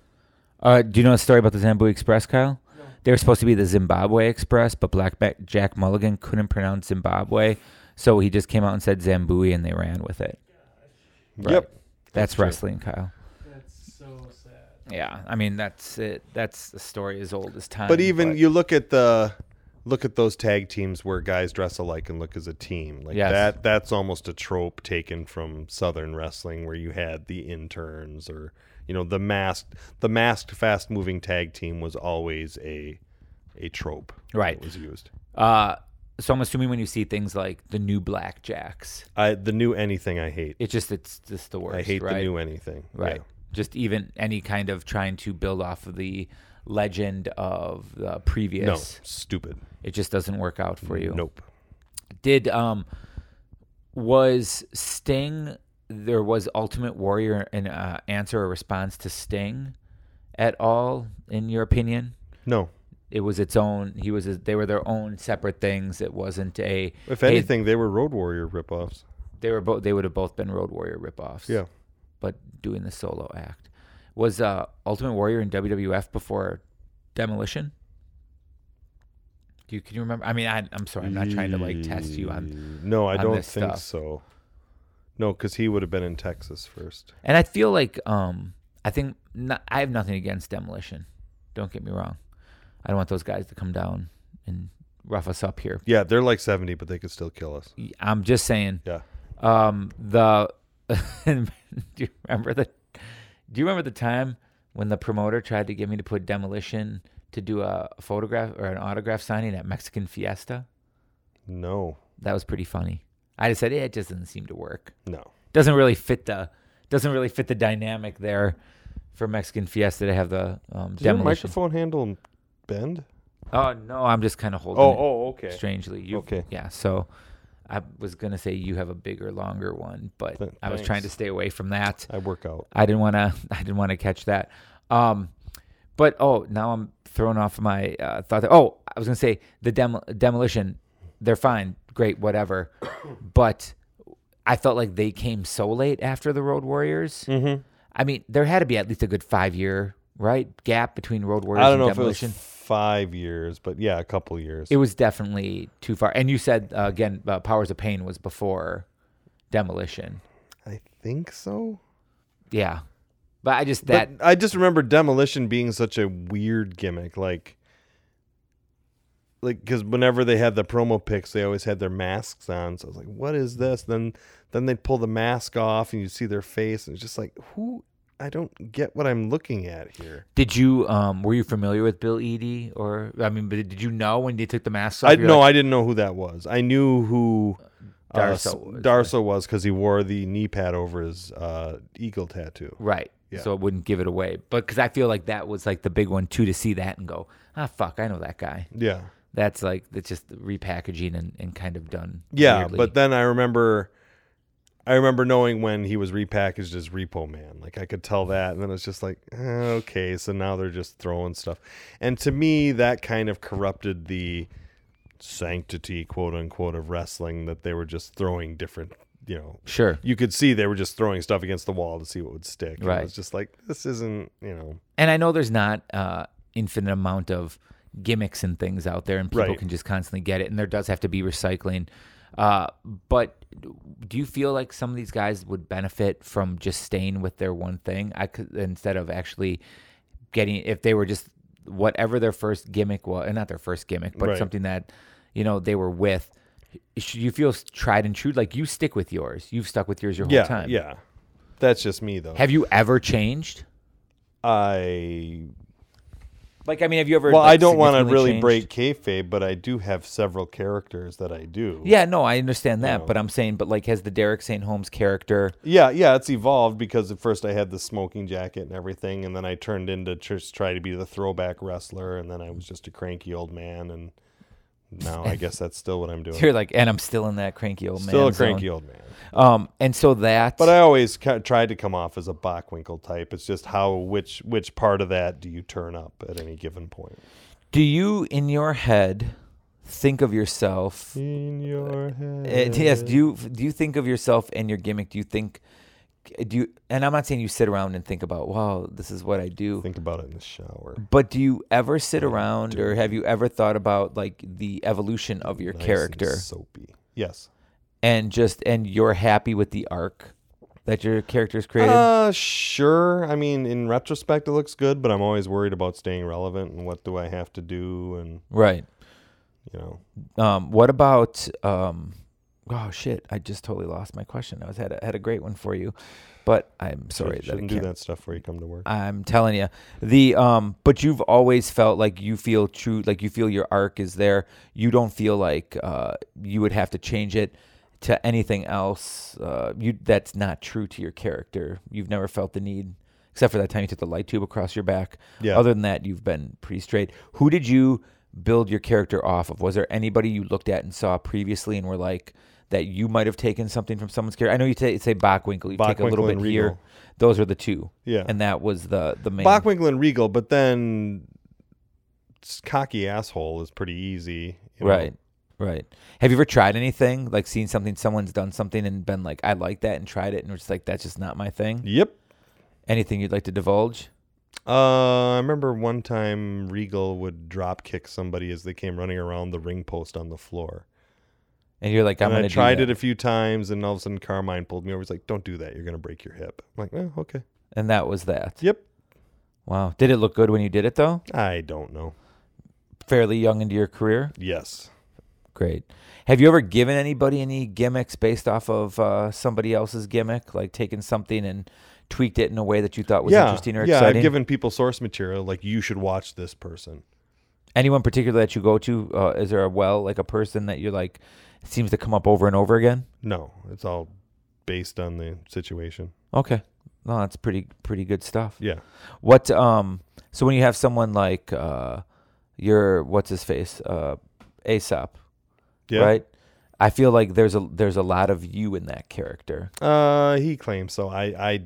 Speaker 2: Uh, do you know a story about the Zambui Express, Kyle? They were supposed to be the Zimbabwe Express, but Black Ma- Jack Mulligan couldn't pronounce Zimbabwe, so he just came out and said Zambui, and they ran with it. Right.
Speaker 1: Yep.
Speaker 2: That's,
Speaker 1: true.
Speaker 2: wrestling, Kyle. That's so sad. Yeah, I mean that's it. That's the story as old as time.
Speaker 1: But even you look at the look at those tag teams where guys dress alike and look as a team. Like
Speaker 2: Yes.
Speaker 1: that that's almost a trope taken from southern wrestling where you had the interns or you know the masked the masked fast moving tag team was always a a trope.
Speaker 2: Right.
Speaker 1: That was used.
Speaker 2: Uh, so I'm assuming when you see things like the new blackjacks,
Speaker 1: I the new anything I hate.
Speaker 2: it's just it's just the worst.
Speaker 1: I hate
Speaker 2: right?
Speaker 1: the new anything.
Speaker 2: right.
Speaker 1: Yeah.
Speaker 2: Just even any kind of trying to build off of the legend of the previous.
Speaker 1: No, stupid.
Speaker 2: It just doesn't work out for you.
Speaker 1: Nope.
Speaker 2: Did um, was Sting? There was Ultimate Warrior an uh, answer or response to Sting at all, in your opinion?
Speaker 1: No.
Speaker 2: It was its own. He was. They were their own separate things. It wasn't a.
Speaker 1: If
Speaker 2: hey,
Speaker 1: anything, they were Road Warrior ripoffs.
Speaker 2: they were both. They would have both been Road Warrior ripoffs.
Speaker 1: Yeah.
Speaker 2: but doing the solo act. Was uh, Ultimate Warrior in WWF before Demolition? Do you can you remember? I mean, I, I'm sorry, I'm not trying to like test you on.
Speaker 1: Mm, No, I
Speaker 2: on
Speaker 1: don't think
Speaker 2: this stuff.
Speaker 1: so. No, because he would have been in Texas first.
Speaker 2: And I feel like um, I think not, I have nothing against Demolition. Don't get me wrong. I don't want those guys to come down and rough us up here.
Speaker 1: Yeah, they're like seventy, but they could still kill us.
Speaker 2: I'm just saying.
Speaker 1: Yeah,
Speaker 2: Um, the do you remember the do you remember the time when the promoter tried to get me to put demolition to do a photograph or an autograph signing at Mexican Fiesta?
Speaker 1: no,
Speaker 2: That was pretty funny. I just said, yeah, it just doesn't seem to work.
Speaker 1: no.
Speaker 2: Doesn't really fit the doesn't really fit the dynamic there for Mexican Fiesta to have the um,
Speaker 1: Does your
Speaker 2: demolition.
Speaker 1: microphone handle bend?
Speaker 2: Oh no, I'm just kind of holding.
Speaker 1: Oh,
Speaker 2: it.
Speaker 1: oh, okay.
Speaker 2: strangely. You,
Speaker 1: Okay.
Speaker 2: Yeah. So I was going to say you have a bigger, longer one, but
Speaker 1: Th-
Speaker 2: I was trying
Speaker 1: thanks.
Speaker 2: to stay away from that.
Speaker 1: I work out.
Speaker 2: I didn't want to, I didn't want to catch that. Um, but oh, now I'm thrown off my uh, thought. That, oh, I was going to say the demo, demolition, they're fine, great, whatever. but I felt like they came so late after the Road Warriors. Mm-hmm. I mean, there had to be at least a good five year, right? Gap between Road Warriors
Speaker 1: I don't know
Speaker 2: and
Speaker 1: if it was
Speaker 2: Demolition.
Speaker 1: five years, but yeah, a couple years.
Speaker 2: It was definitely too far. And you said uh, again, uh, Powers of Pain was before Demolition.
Speaker 1: I think so.
Speaker 2: Yeah, but I just that
Speaker 1: but I just remember demolition being such a weird gimmick, like, like because whenever they had the promo pics, they always had their masks on. So I was like, "What is this?" Then, then they'd pull the mask off, and you see their face, and it's just like, "Who?" I don't get what I'm looking at here.
Speaker 2: did you um were you familiar with Bill Eadie or I mean, but did you know when they took the masks off?
Speaker 1: I
Speaker 2: You're
Speaker 1: no,
Speaker 2: like,
Speaker 1: I didn't know who that was. I knew who uh,
Speaker 2: Darso
Speaker 1: S-
Speaker 2: was,
Speaker 1: Darso was because he wore the knee pad over his uh, eagle tattoo.
Speaker 2: right.
Speaker 1: Yeah.
Speaker 2: So it wouldn't give it away, but because I feel like that was like the big one too to see that and go, ah, fuck, I know that guy.
Speaker 1: Yeah.
Speaker 2: That's like it's just repackaging and, and kind of done.
Speaker 1: Yeah,
Speaker 2: weirdly.
Speaker 1: but then I remember, I remember knowing when he was repackaged as Repo Man. Like I could tell that, and then it's just like, eh, okay, so now they're just throwing stuff. And to me, that kind of corrupted the sanctity, quote unquote, of wrestling that they were just throwing different you know,
Speaker 2: Sure.
Speaker 1: you could see they were just throwing stuff against the wall to see what would stick. And
Speaker 2: Right.
Speaker 1: It was just like this isn't, you know,
Speaker 2: And I know there's not uh, infinite amount of gimmicks and things out there, and people
Speaker 1: Right.
Speaker 2: can just constantly get it. And there does have to be recycling. Uh, but do you feel like some of these guys would benefit from just staying with their one thing I could, instead of actually getting if they were just whatever their first gimmick was, and not their first gimmick, but
Speaker 1: Right.
Speaker 2: something that you know they were with. Should you feel tried and true? Like you stick with yours. You've stuck with yours your whole
Speaker 1: yeah,
Speaker 2: time.
Speaker 1: yeah. That's just me though.
Speaker 2: Have you ever changed?
Speaker 1: I
Speaker 2: Like, I mean, have you ever?
Speaker 1: well,
Speaker 2: like,
Speaker 1: I don't want to
Speaker 2: significantly
Speaker 1: really
Speaker 2: changed?
Speaker 1: break kayfabe, but I do have several characters that I do.
Speaker 2: Yeah, no, I understand that,
Speaker 1: know.
Speaker 2: but I'm saying, but like, has the Derek St. Holmes character?
Speaker 1: Yeah, yeah, it's evolved because at first I had the smoking jacket and everything, and then I turned into just try to be the throwback wrestler, and then I was just a cranky old man, and now I guess that's still what I'm doing.
Speaker 2: You're like, and I'm still in that cranky old man.
Speaker 1: still a
Speaker 2: zone."
Speaker 1: cranky old man.
Speaker 2: Um, and so that,
Speaker 1: But I always ca- tried to come off as a Bachwinkle type. It's just how which which part of that do you turn up at any given point?
Speaker 2: do you in your head think of yourself?
Speaker 1: In your head.
Speaker 2: Uh, yes. Do you do you think of yourself and your gimmick? Do you think? Do you? And I'm not saying you sit around and think about, wow, this is what I do.
Speaker 1: Think about it in the shower.
Speaker 2: But do you ever sit around, or have you ever thought about like the evolution of your
Speaker 1: Nice and
Speaker 2: character,
Speaker 1: soapy. Yes.
Speaker 2: and just and you're happy with the arc that your character's created?
Speaker 1: Uh, sure. I mean, in retrospect, it looks good, but I'm always worried about staying relevant and what do I have to do, and
Speaker 2: right.
Speaker 1: you know,
Speaker 2: Um, what about um, oh shit! I just totally lost my question. I was had a, had a great one for you, but I'm sorry that I
Speaker 1: shouldn't
Speaker 2: can't.
Speaker 1: do that stuff before you come to work.
Speaker 2: I'm telling you, the um, but you've always felt like you feel true, like you feel your arc is there. You don't feel like uh, you would have to change it to anything else. Uh, you that's not true to your character. You've never felt the need, except for that time you took the light tube across your back.
Speaker 1: Yeah.
Speaker 2: Other than that, you've been pretty straight. Who did you build your character off of? Was there anybody you looked at and saw previously and were like? That you might have taken something from someone's character. I know you ta- say Bachwinkle. You take a little
Speaker 1: Bachwinkle
Speaker 2: bit
Speaker 1: and
Speaker 2: here.
Speaker 1: Regal.
Speaker 2: Those were the two
Speaker 1: Yeah.
Speaker 2: and that was the the main.
Speaker 1: Bachwinkle and Regal, but then s- cocky asshole is pretty easy, you know.
Speaker 2: right, right. Have you ever tried anything like seen something someone's done something and been like, I like that and tried it and was like, that's just not my thing.
Speaker 1: Yep.
Speaker 2: Anything you'd like to divulge?
Speaker 1: Uh, I remember one time Regal would drop kick somebody as they came running around the ring post on the floor.
Speaker 2: And you're like, I'm
Speaker 1: and
Speaker 2: gonna
Speaker 1: I tried
Speaker 2: do
Speaker 1: it
Speaker 2: that.
Speaker 1: a few times, and all of a sudden Carmine pulled me over. He's like, "Don't do that. You're gonna break your hip." I'm like, "Oh, okay.
Speaker 2: and that was that.
Speaker 1: Yep.
Speaker 2: Wow. Did it look good when you did it though?
Speaker 1: I don't know.
Speaker 2: Fairly young into your career.
Speaker 1: Yes.
Speaker 2: Great. Have you ever given anybody any gimmicks based off of uh, somebody else's gimmick, like taking something and tweaked it in a way that you thought was
Speaker 1: yeah.
Speaker 2: interesting or
Speaker 1: yeah.
Speaker 2: exciting?
Speaker 1: I've given people source material like you should watch this person.
Speaker 2: Anyone particular that you go to? Uh, is there a well, like a person that you're like seems to come up over and over again?
Speaker 1: No, it's all based on the situation.
Speaker 2: Okay, no, that's pretty pretty good stuff.
Speaker 1: Yeah.
Speaker 2: What um? So when you have someone like uh, your what's his face uh, Aesop,
Speaker 1: Yeah.
Speaker 2: right? I feel like there's a there's a lot of you in that character.
Speaker 1: Uh, he claims so. I I,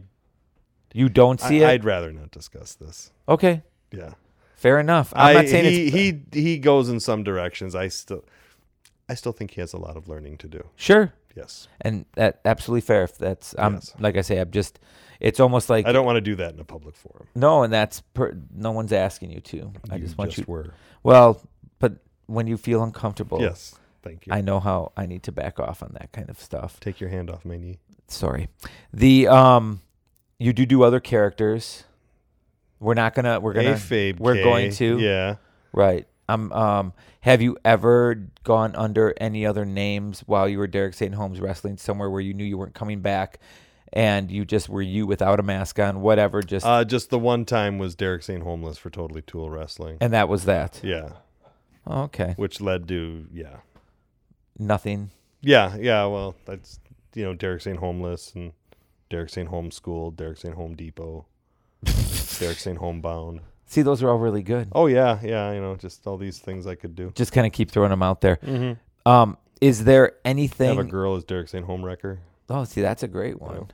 Speaker 2: You don't see
Speaker 1: I
Speaker 2: it.
Speaker 1: I'd rather not discuss this.
Speaker 2: okay,
Speaker 1: Yeah.
Speaker 2: fair enough. I'm
Speaker 1: I-
Speaker 2: not saying
Speaker 1: he
Speaker 2: it's
Speaker 1: he he goes in some directions. I still I still think he has a lot of learning to do.
Speaker 2: sure,
Speaker 1: Yes.
Speaker 2: and that absolutely fair. If that's I'm
Speaker 1: Yes.
Speaker 2: like I say, I'm just. It's almost like
Speaker 1: I don't want to do that in a public forum.
Speaker 2: No, and that's per, no one's asking you to. I
Speaker 1: You
Speaker 2: just want you.
Speaker 1: were.
Speaker 2: Well, but when you feel uncomfortable,
Speaker 1: Yes. Thank you.
Speaker 2: I know how I need to back off on that kind of stuff.
Speaker 1: Take your hand off my knee.
Speaker 2: Sorry. The um, you do do other characters. We're not gonna. We're gonna.
Speaker 1: Kayfabe,
Speaker 2: we're
Speaker 1: Kay.
Speaker 2: going to.
Speaker 1: Yeah.
Speaker 2: Right. Um. Um. Have you ever gone under any other names while you were Derek St. Holmes wrestling somewhere where you knew you weren't coming back, and you just were you without a mask on, whatever? Just
Speaker 1: Uh, just the one time was Derek St. Homeless for Totally Tool Wrestling.
Speaker 2: and that was that.
Speaker 1: Yeah.
Speaker 2: Oh, okay.
Speaker 1: Which led to yeah.
Speaker 2: Nothing.
Speaker 1: Yeah, yeah. Well, that's you know Derek St. Homeless and Derek St. Home School, Derek St. Home Depot, Derek St. Homebound.
Speaker 2: See, those are all really good.
Speaker 1: Oh yeah, yeah. You know, just all these things I could do.
Speaker 2: Just kind of keep throwing them out there. Um, is there anything?
Speaker 1: Have a girl as Derek St. Homewrecker.
Speaker 2: oh, see, that's a great one.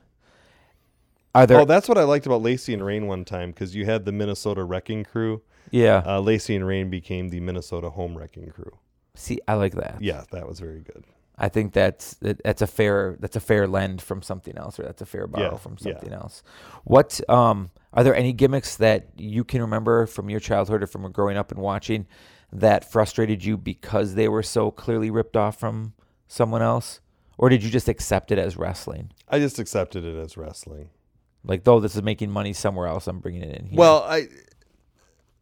Speaker 2: Are there?
Speaker 1: Oh, that's what I liked about Lacey and Rain one time because you had the Minnesota Wrecking Crew.
Speaker 2: yeah.
Speaker 1: Uh, Lacey and Rain became the Minnesota Home Wrecking Crew.
Speaker 2: see, I like that.
Speaker 1: Yeah, that was very good.
Speaker 2: I think that's that- that's a fair that's a fair lend from something else, or that's a fair borrow
Speaker 1: Yeah,
Speaker 2: from
Speaker 1: yeah.
Speaker 2: something else. What um are there any gimmicks that you can remember from your childhood or from growing up and watching that frustrated you because they were so clearly ripped off from someone else, or did you just accept it as wrestling?
Speaker 1: I just accepted it as wrestling.
Speaker 2: Like, though this is making money somewhere else, I'm bringing it in here.
Speaker 1: Well, I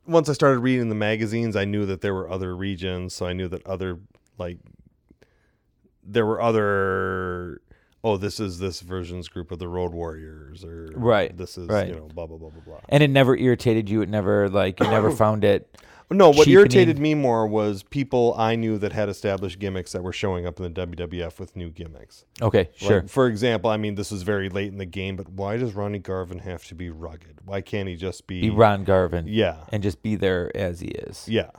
Speaker 1: once I started reading the magazines, I knew that there were other regions, so I knew that other like there were other oh, this is this version's group of the Road Warriors or
Speaker 2: Right,
Speaker 1: this is
Speaker 2: right.
Speaker 1: you know blah blah blah blah blah.
Speaker 2: and it never irritated you. It never like you never found it.
Speaker 1: No, what
Speaker 2: cheapening.
Speaker 1: irritated me more was people I knew that had established gimmicks that were showing up in the WWF with new gimmicks.
Speaker 2: Okay, sure.
Speaker 1: Like, for example, I mean, this is very late in the game, but why does Ronnie Garvin have to be rugged? Why can't he just be,
Speaker 2: be Ron Garvin.
Speaker 1: Yeah.
Speaker 2: and just be there as he is.
Speaker 1: Yeah.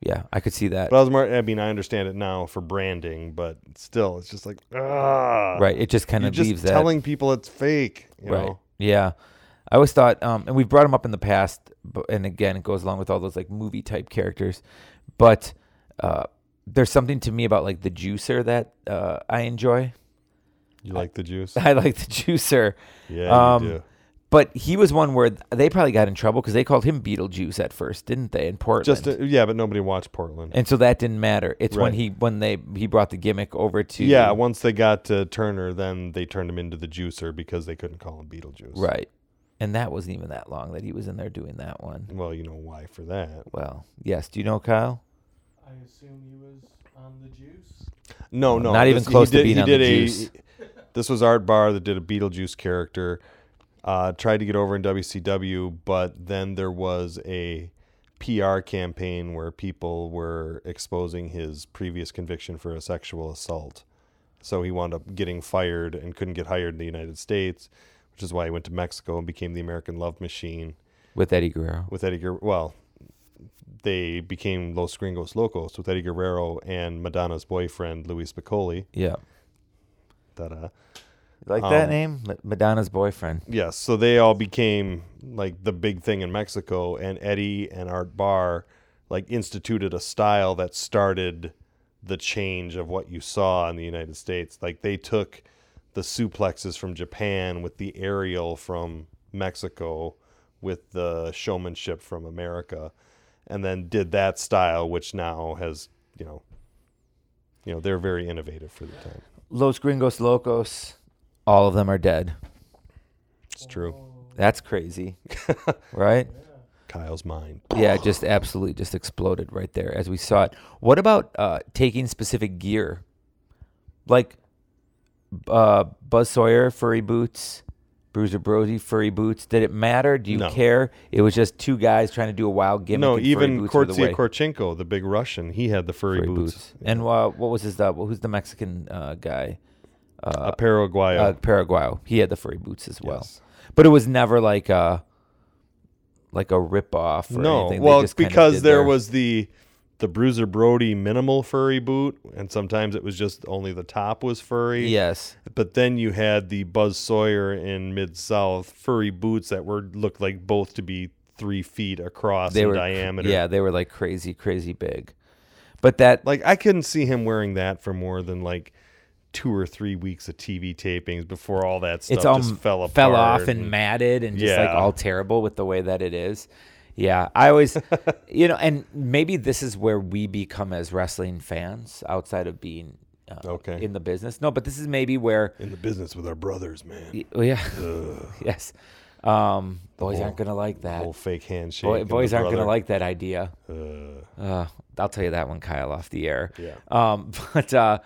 Speaker 2: Yeah, I could see that.
Speaker 1: But I was more, I mean, I understand it now for branding, but still, it's just like, ah.
Speaker 2: right, it just kind
Speaker 1: You're
Speaker 2: of
Speaker 1: just
Speaker 2: leaves that.
Speaker 1: telling people it's fake. You
Speaker 2: right.
Speaker 1: Know?
Speaker 2: Yeah. I always thought, um, and we've brought him up in the past, but, and again, it goes along with all those like movie type characters. But uh, there's something to me about like the juicer that uh, I enjoy.
Speaker 1: You like the juice?
Speaker 2: I like the juicer.
Speaker 1: Yeah,
Speaker 2: Um,
Speaker 1: you do.
Speaker 2: But he was one where th- they probably got in trouble because they called him Beetlejuice at first, didn't they? In Portland,
Speaker 1: Just, uh yeah, but nobody watched Portland.
Speaker 2: and so that didn't matter. It's when
Speaker 1: Right.
Speaker 2: he when they he brought the gimmick over to
Speaker 1: yeah, once they got to Turner, then they turned him into the juicer because they couldn't call him Beetlejuice.
Speaker 2: Right. And that wasn't even that long that he was in there doing that one.
Speaker 1: Well, you know why for that.
Speaker 2: Well, yes. Do you know Kyle?
Speaker 6: I assume he was on the juice.
Speaker 1: No, no,
Speaker 2: Uh, Not even
Speaker 1: this- he
Speaker 2: close to
Speaker 1: did-
Speaker 2: being
Speaker 1: he
Speaker 2: on the
Speaker 1: did a-
Speaker 2: juice.
Speaker 1: This was Art Barr that did a Beetlejuice character. Uh, tried to get over in WCW, but then there was a PR campaign where people were exposing his previous conviction for a sexual assault. So he wound up getting fired and couldn't get hired in the United States, which is why he went to Mexico and became the American Love Machine
Speaker 2: With Eddie Guerrero.
Speaker 1: with Eddie Guerrero. Well, they became Los Gringos Locos with Eddie Guerrero and Madonna's boyfriend, Luis Piccoli.
Speaker 2: Yeah.
Speaker 1: Ta-da.
Speaker 2: Like
Speaker 1: Um,
Speaker 2: that name? Ma- Madonna's boyfriend.
Speaker 1: Yes, so they all became like the big thing in Mexico, and Eddie and Art Barr like instituted a style that started the change of what you saw in the United States. Like they took the suplexes from Japan with the aerial from Mexico with the showmanship from America and then did that style which now has, you know, you know, they're very innovative for the time.
Speaker 2: Los Gringos Locos. All of them are dead.
Speaker 1: It's true.
Speaker 2: That's crazy. right?
Speaker 1: Kyle's mind.
Speaker 2: Yeah, it just absolutely just exploded right there as we saw it. What about uh, taking specific gear? Like uh, Buzz Sawyer, furry boots, Bruiser Brody, furry boots. Did it matter? Do you
Speaker 1: No.
Speaker 2: care? It was just two guys trying to do a wild gimmick.
Speaker 1: No,
Speaker 2: and furry
Speaker 1: even
Speaker 2: boots were the
Speaker 1: Kortsia
Speaker 2: way.
Speaker 1: Korchenko, the big Russian, he had the furry,
Speaker 2: Furry
Speaker 1: boots.
Speaker 2: And uh, what was his, uh, who's the Mexican uh, guy?
Speaker 1: a Paraguayo.
Speaker 2: Uh, Paraguayo. He had the furry boots as well.
Speaker 1: Yes.
Speaker 2: But it was never like a, like a ripoff or
Speaker 1: no,
Speaker 2: anything. They
Speaker 1: well,
Speaker 2: just kinda
Speaker 1: because
Speaker 2: did
Speaker 1: there
Speaker 2: their-
Speaker 1: was the the Bruiser Brody minimal furry boot, and sometimes it was just only the top was furry.
Speaker 2: Yes.
Speaker 1: But then you had the Buzz Sawyer in Mid South furry boots that were looked like both to be three feet across in
Speaker 2: cr-
Speaker 1: diameter.
Speaker 2: Yeah, they were like crazy, crazy big. But that
Speaker 1: Like I couldn't see him wearing that for more than like two or three weeks of TV tapings before all that stuff
Speaker 2: it's all
Speaker 1: just fell apart.
Speaker 2: off and matted and just like
Speaker 1: Yeah.
Speaker 2: all terrible with the way that it is. Yeah, I always, you know, and maybe this is where we become as wrestling fans outside of being uh,
Speaker 1: Okay.
Speaker 2: in the business. No, but this is maybe where,
Speaker 1: in the business with our brothers, man.
Speaker 2: y- oh, yeah, yes, um, boys aren't
Speaker 1: whole-
Speaker 2: gonna like that.
Speaker 1: Whole fake handshake.
Speaker 2: Boy,
Speaker 1: and
Speaker 2: boys
Speaker 1: the
Speaker 2: aren't gonna
Speaker 1: brother.
Speaker 2: like that idea.
Speaker 1: Uh,
Speaker 2: Uh, I'll tell you that one, Kyle, off the air.
Speaker 1: Yeah.
Speaker 2: Um, but uh,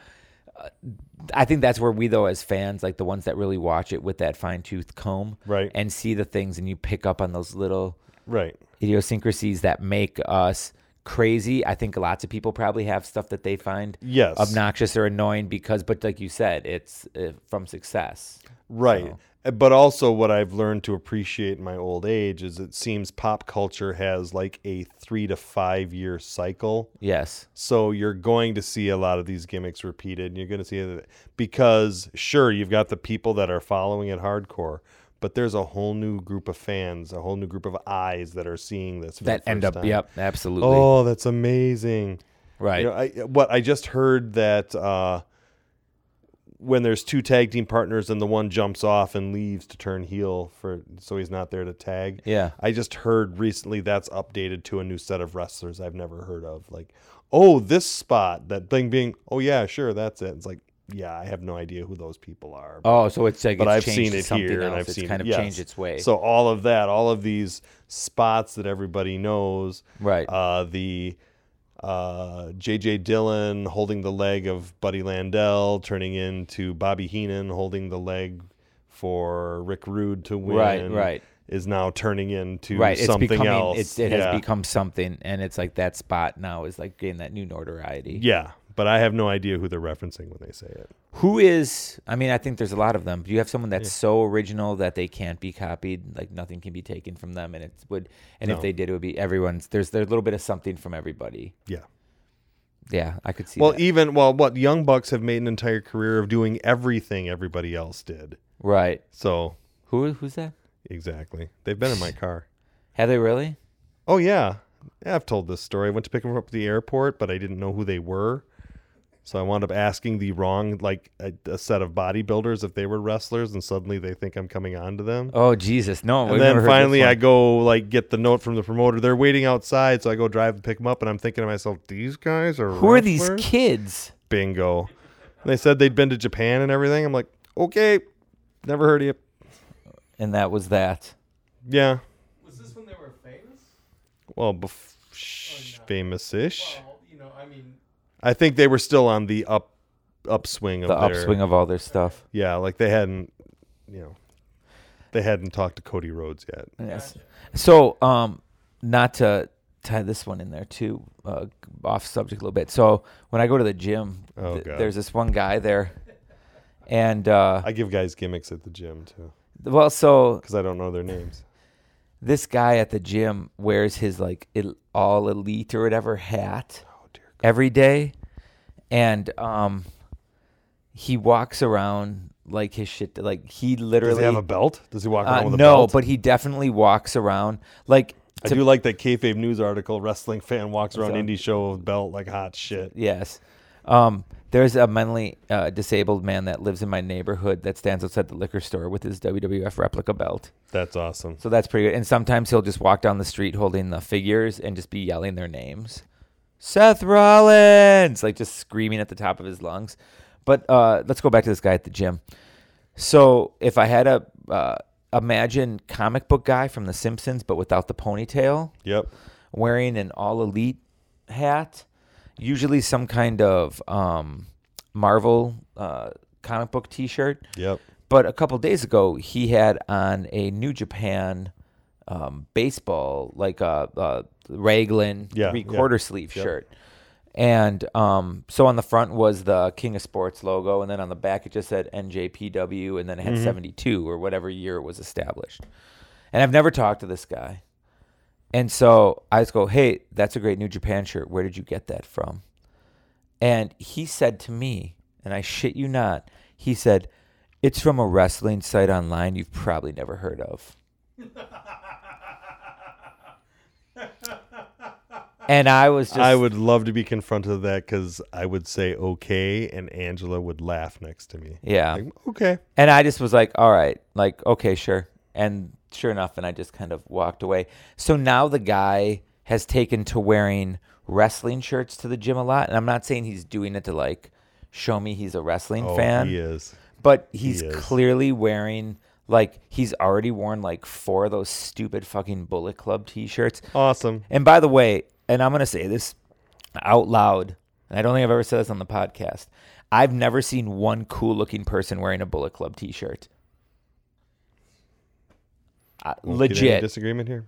Speaker 2: I think that's where we, though, as fans, like the ones that really watch it with that fine tooth comb,
Speaker 1: Right.
Speaker 2: and see the things, and you pick up on those little
Speaker 1: right.
Speaker 2: idiosyncrasies that make us crazy. I think lots of people probably have stuff that they find
Speaker 1: Yes.
Speaker 2: obnoxious or annoying because, but like you said, it's uh, from success.
Speaker 1: Right. Uh, But also, what I've learned to appreciate in my old age is it seems pop culture has like a three to five year cycle.
Speaker 2: Yes.
Speaker 1: So you're going to see a lot of these gimmicks repeated, and you're going to see it because sure you've got the people that are following it hardcore, but there's a whole new group of fans, a whole new group of eyes that are seeing this. For
Speaker 2: That
Speaker 1: the
Speaker 2: end up,
Speaker 1: first time.
Speaker 2: yep, absolutely.
Speaker 1: Oh, that's amazing.
Speaker 2: right.
Speaker 1: You know, I, what I just heard that uh, when there's two tag team partners and the one jumps off and leaves to turn heel for so he's not there to tag.
Speaker 2: Yeah.
Speaker 1: I just heard recently that's updated to a new set of wrestlers I've never heard of. Like, oh, this spot, that thing being, oh yeah, sure, that's it. It's like, yeah, I have no idea who those people are.
Speaker 2: Oh, so it's like
Speaker 1: but
Speaker 2: it's
Speaker 1: I've
Speaker 2: changed
Speaker 1: seen
Speaker 2: to
Speaker 1: it
Speaker 2: something
Speaker 1: here
Speaker 2: else.
Speaker 1: and I've
Speaker 2: it's
Speaker 1: seen
Speaker 2: kind of
Speaker 1: yes.
Speaker 2: changed its way.
Speaker 1: So all of that, all of these spots that everybody knows,
Speaker 2: Right.
Speaker 1: Uh, the uh, J.J. Dillon holding the leg of Buddy Landell, turning into Bobby Heenan holding the leg for Rick Rude to win.
Speaker 2: Right, right.
Speaker 1: Is now turning into
Speaker 2: right, it's
Speaker 1: something
Speaker 2: becoming
Speaker 1: else.
Speaker 2: it's it
Speaker 1: Yeah.
Speaker 2: has become something and it's like that spot now is like getting that new notoriety.
Speaker 1: Yeah, but I have no idea who they're referencing when they say it.
Speaker 2: Who is I mean, I think there's a lot of them. Do you have someone that's so original that they can't be copied, like nothing can be taken from them and it would and if
Speaker 1: No.
Speaker 2: they did it would be everyone's there's there's a little bit of something from everybody.
Speaker 1: Yeah.
Speaker 2: Yeah, I could see
Speaker 1: Well, e
Speaker 2: that.
Speaker 1: even well, what Young Bucks have made an entire career of doing everything everybody else did.
Speaker 2: right.
Speaker 1: So
Speaker 2: Who who's that?
Speaker 1: Exactly. They've been in my car.
Speaker 2: Have they really?
Speaker 1: Oh yeah. Yeah, I've told this story. I went to pick them up at the airport, but I didn't know who they were. So I wound up asking the wrong like a, a set of bodybuilders if they were wrestlers and suddenly they think I'm coming on to them.
Speaker 2: Oh Jesus, no.
Speaker 1: and then finally I go like get the note from the promoter. They're waiting outside, so I go drive and pick them up and I'm thinking to myself, these guys are
Speaker 2: Who are these
Speaker 1: wrestlers?
Speaker 2: kids?
Speaker 1: Bingo. And they said they'd been to Japan and everything. I'm like, "Okay, never heard of you."
Speaker 2: And that was that.
Speaker 1: Yeah.
Speaker 6: Was this when they were famous?
Speaker 1: Well, bef- famous-ish.
Speaker 6: Well, you know, I mean,
Speaker 1: I think they were still on the up upswing of
Speaker 2: The
Speaker 1: their,
Speaker 2: upswing of all their stuff.
Speaker 1: yeah, like they hadn't, you know, they hadn't talked to Cody Rhodes yet.
Speaker 2: Yes. So, um, not to tie this one in there too, uh, off subject a little bit. So when I go to the gym,
Speaker 1: Oh, God.
Speaker 2: there's this one guy there, and uh,
Speaker 1: I give guys gimmicks at the gym too
Speaker 2: well, so
Speaker 1: because I don't know their names.
Speaker 2: this guy at the gym wears his like el- all elite or whatever hat every day, and um, he walks around like his shit. Like he literally
Speaker 1: Does he have a belt? Does he walk around
Speaker 2: Uh,
Speaker 1: with a
Speaker 2: no,
Speaker 1: belt?
Speaker 2: but he definitely walks around like.
Speaker 1: I
Speaker 2: to-
Speaker 1: do like that kayfabe news article. Wrestling fan walks around
Speaker 2: So-
Speaker 1: indie show with belt like hot shit.
Speaker 2: Yes. Um, there's a mentally uh, disabled man that lives in my neighborhood that stands outside the liquor store with his WWF replica belt.
Speaker 1: That's awesome.
Speaker 2: So that's pretty good. And sometimes he'll just walk down the street holding the figures and just be yelling their names. Seth Rollins, like just screaming at the top of his lungs. But uh, let's go back to this guy at the gym. So if I had a uh, imagine comic book guy from The Simpsons, but without the ponytail,
Speaker 1: Yep.
Speaker 2: wearing an all elite hat, usually some kind of um, Marvel uh, comic book t shirt.
Speaker 1: Yep.
Speaker 2: But a couple days ago, he had on a New Japan um, baseball, like a, a raglan
Speaker 1: Yeah,
Speaker 2: three
Speaker 1: yeah.
Speaker 2: quarter sleeve shirt. And um, so on the front was the King of Sports logo, and then on the back it just said NJPW, and then it
Speaker 1: Mm-hmm.
Speaker 2: had 72 or whatever year it was established. And I've never talked to this guy. And so I just go, hey, that's a great New Japan shirt. Where did you get that from? And he said to me, and I shit you not, he said, it's from a wrestling site online you've probably never heard of. and I was just,
Speaker 1: I would love to be confronted with that because I would say okay, and Angela would laugh next to me.
Speaker 2: yeah.
Speaker 1: Like, okay.
Speaker 2: And I just was like, all right, like, okay, sure. And sure enough, and I just kind of walked away. So now the guy has taken to wearing wrestling shirts to the gym a lot. And I'm not saying he's doing it to like show me he's a wrestling
Speaker 1: Oh,
Speaker 2: fan,
Speaker 1: he is.
Speaker 2: but he's
Speaker 1: is.
Speaker 2: clearly wearing like he's already worn like four of those stupid fucking Bullet Club t shirts.
Speaker 1: Awesome.
Speaker 2: And by the way, and I'm going to say this out loud, and I don't think I've ever said this on the podcast. I've never seen one cool looking person wearing a Bullet Club t shirt.
Speaker 1: Won't get any
Speaker 2: Legit.
Speaker 1: disagreement here.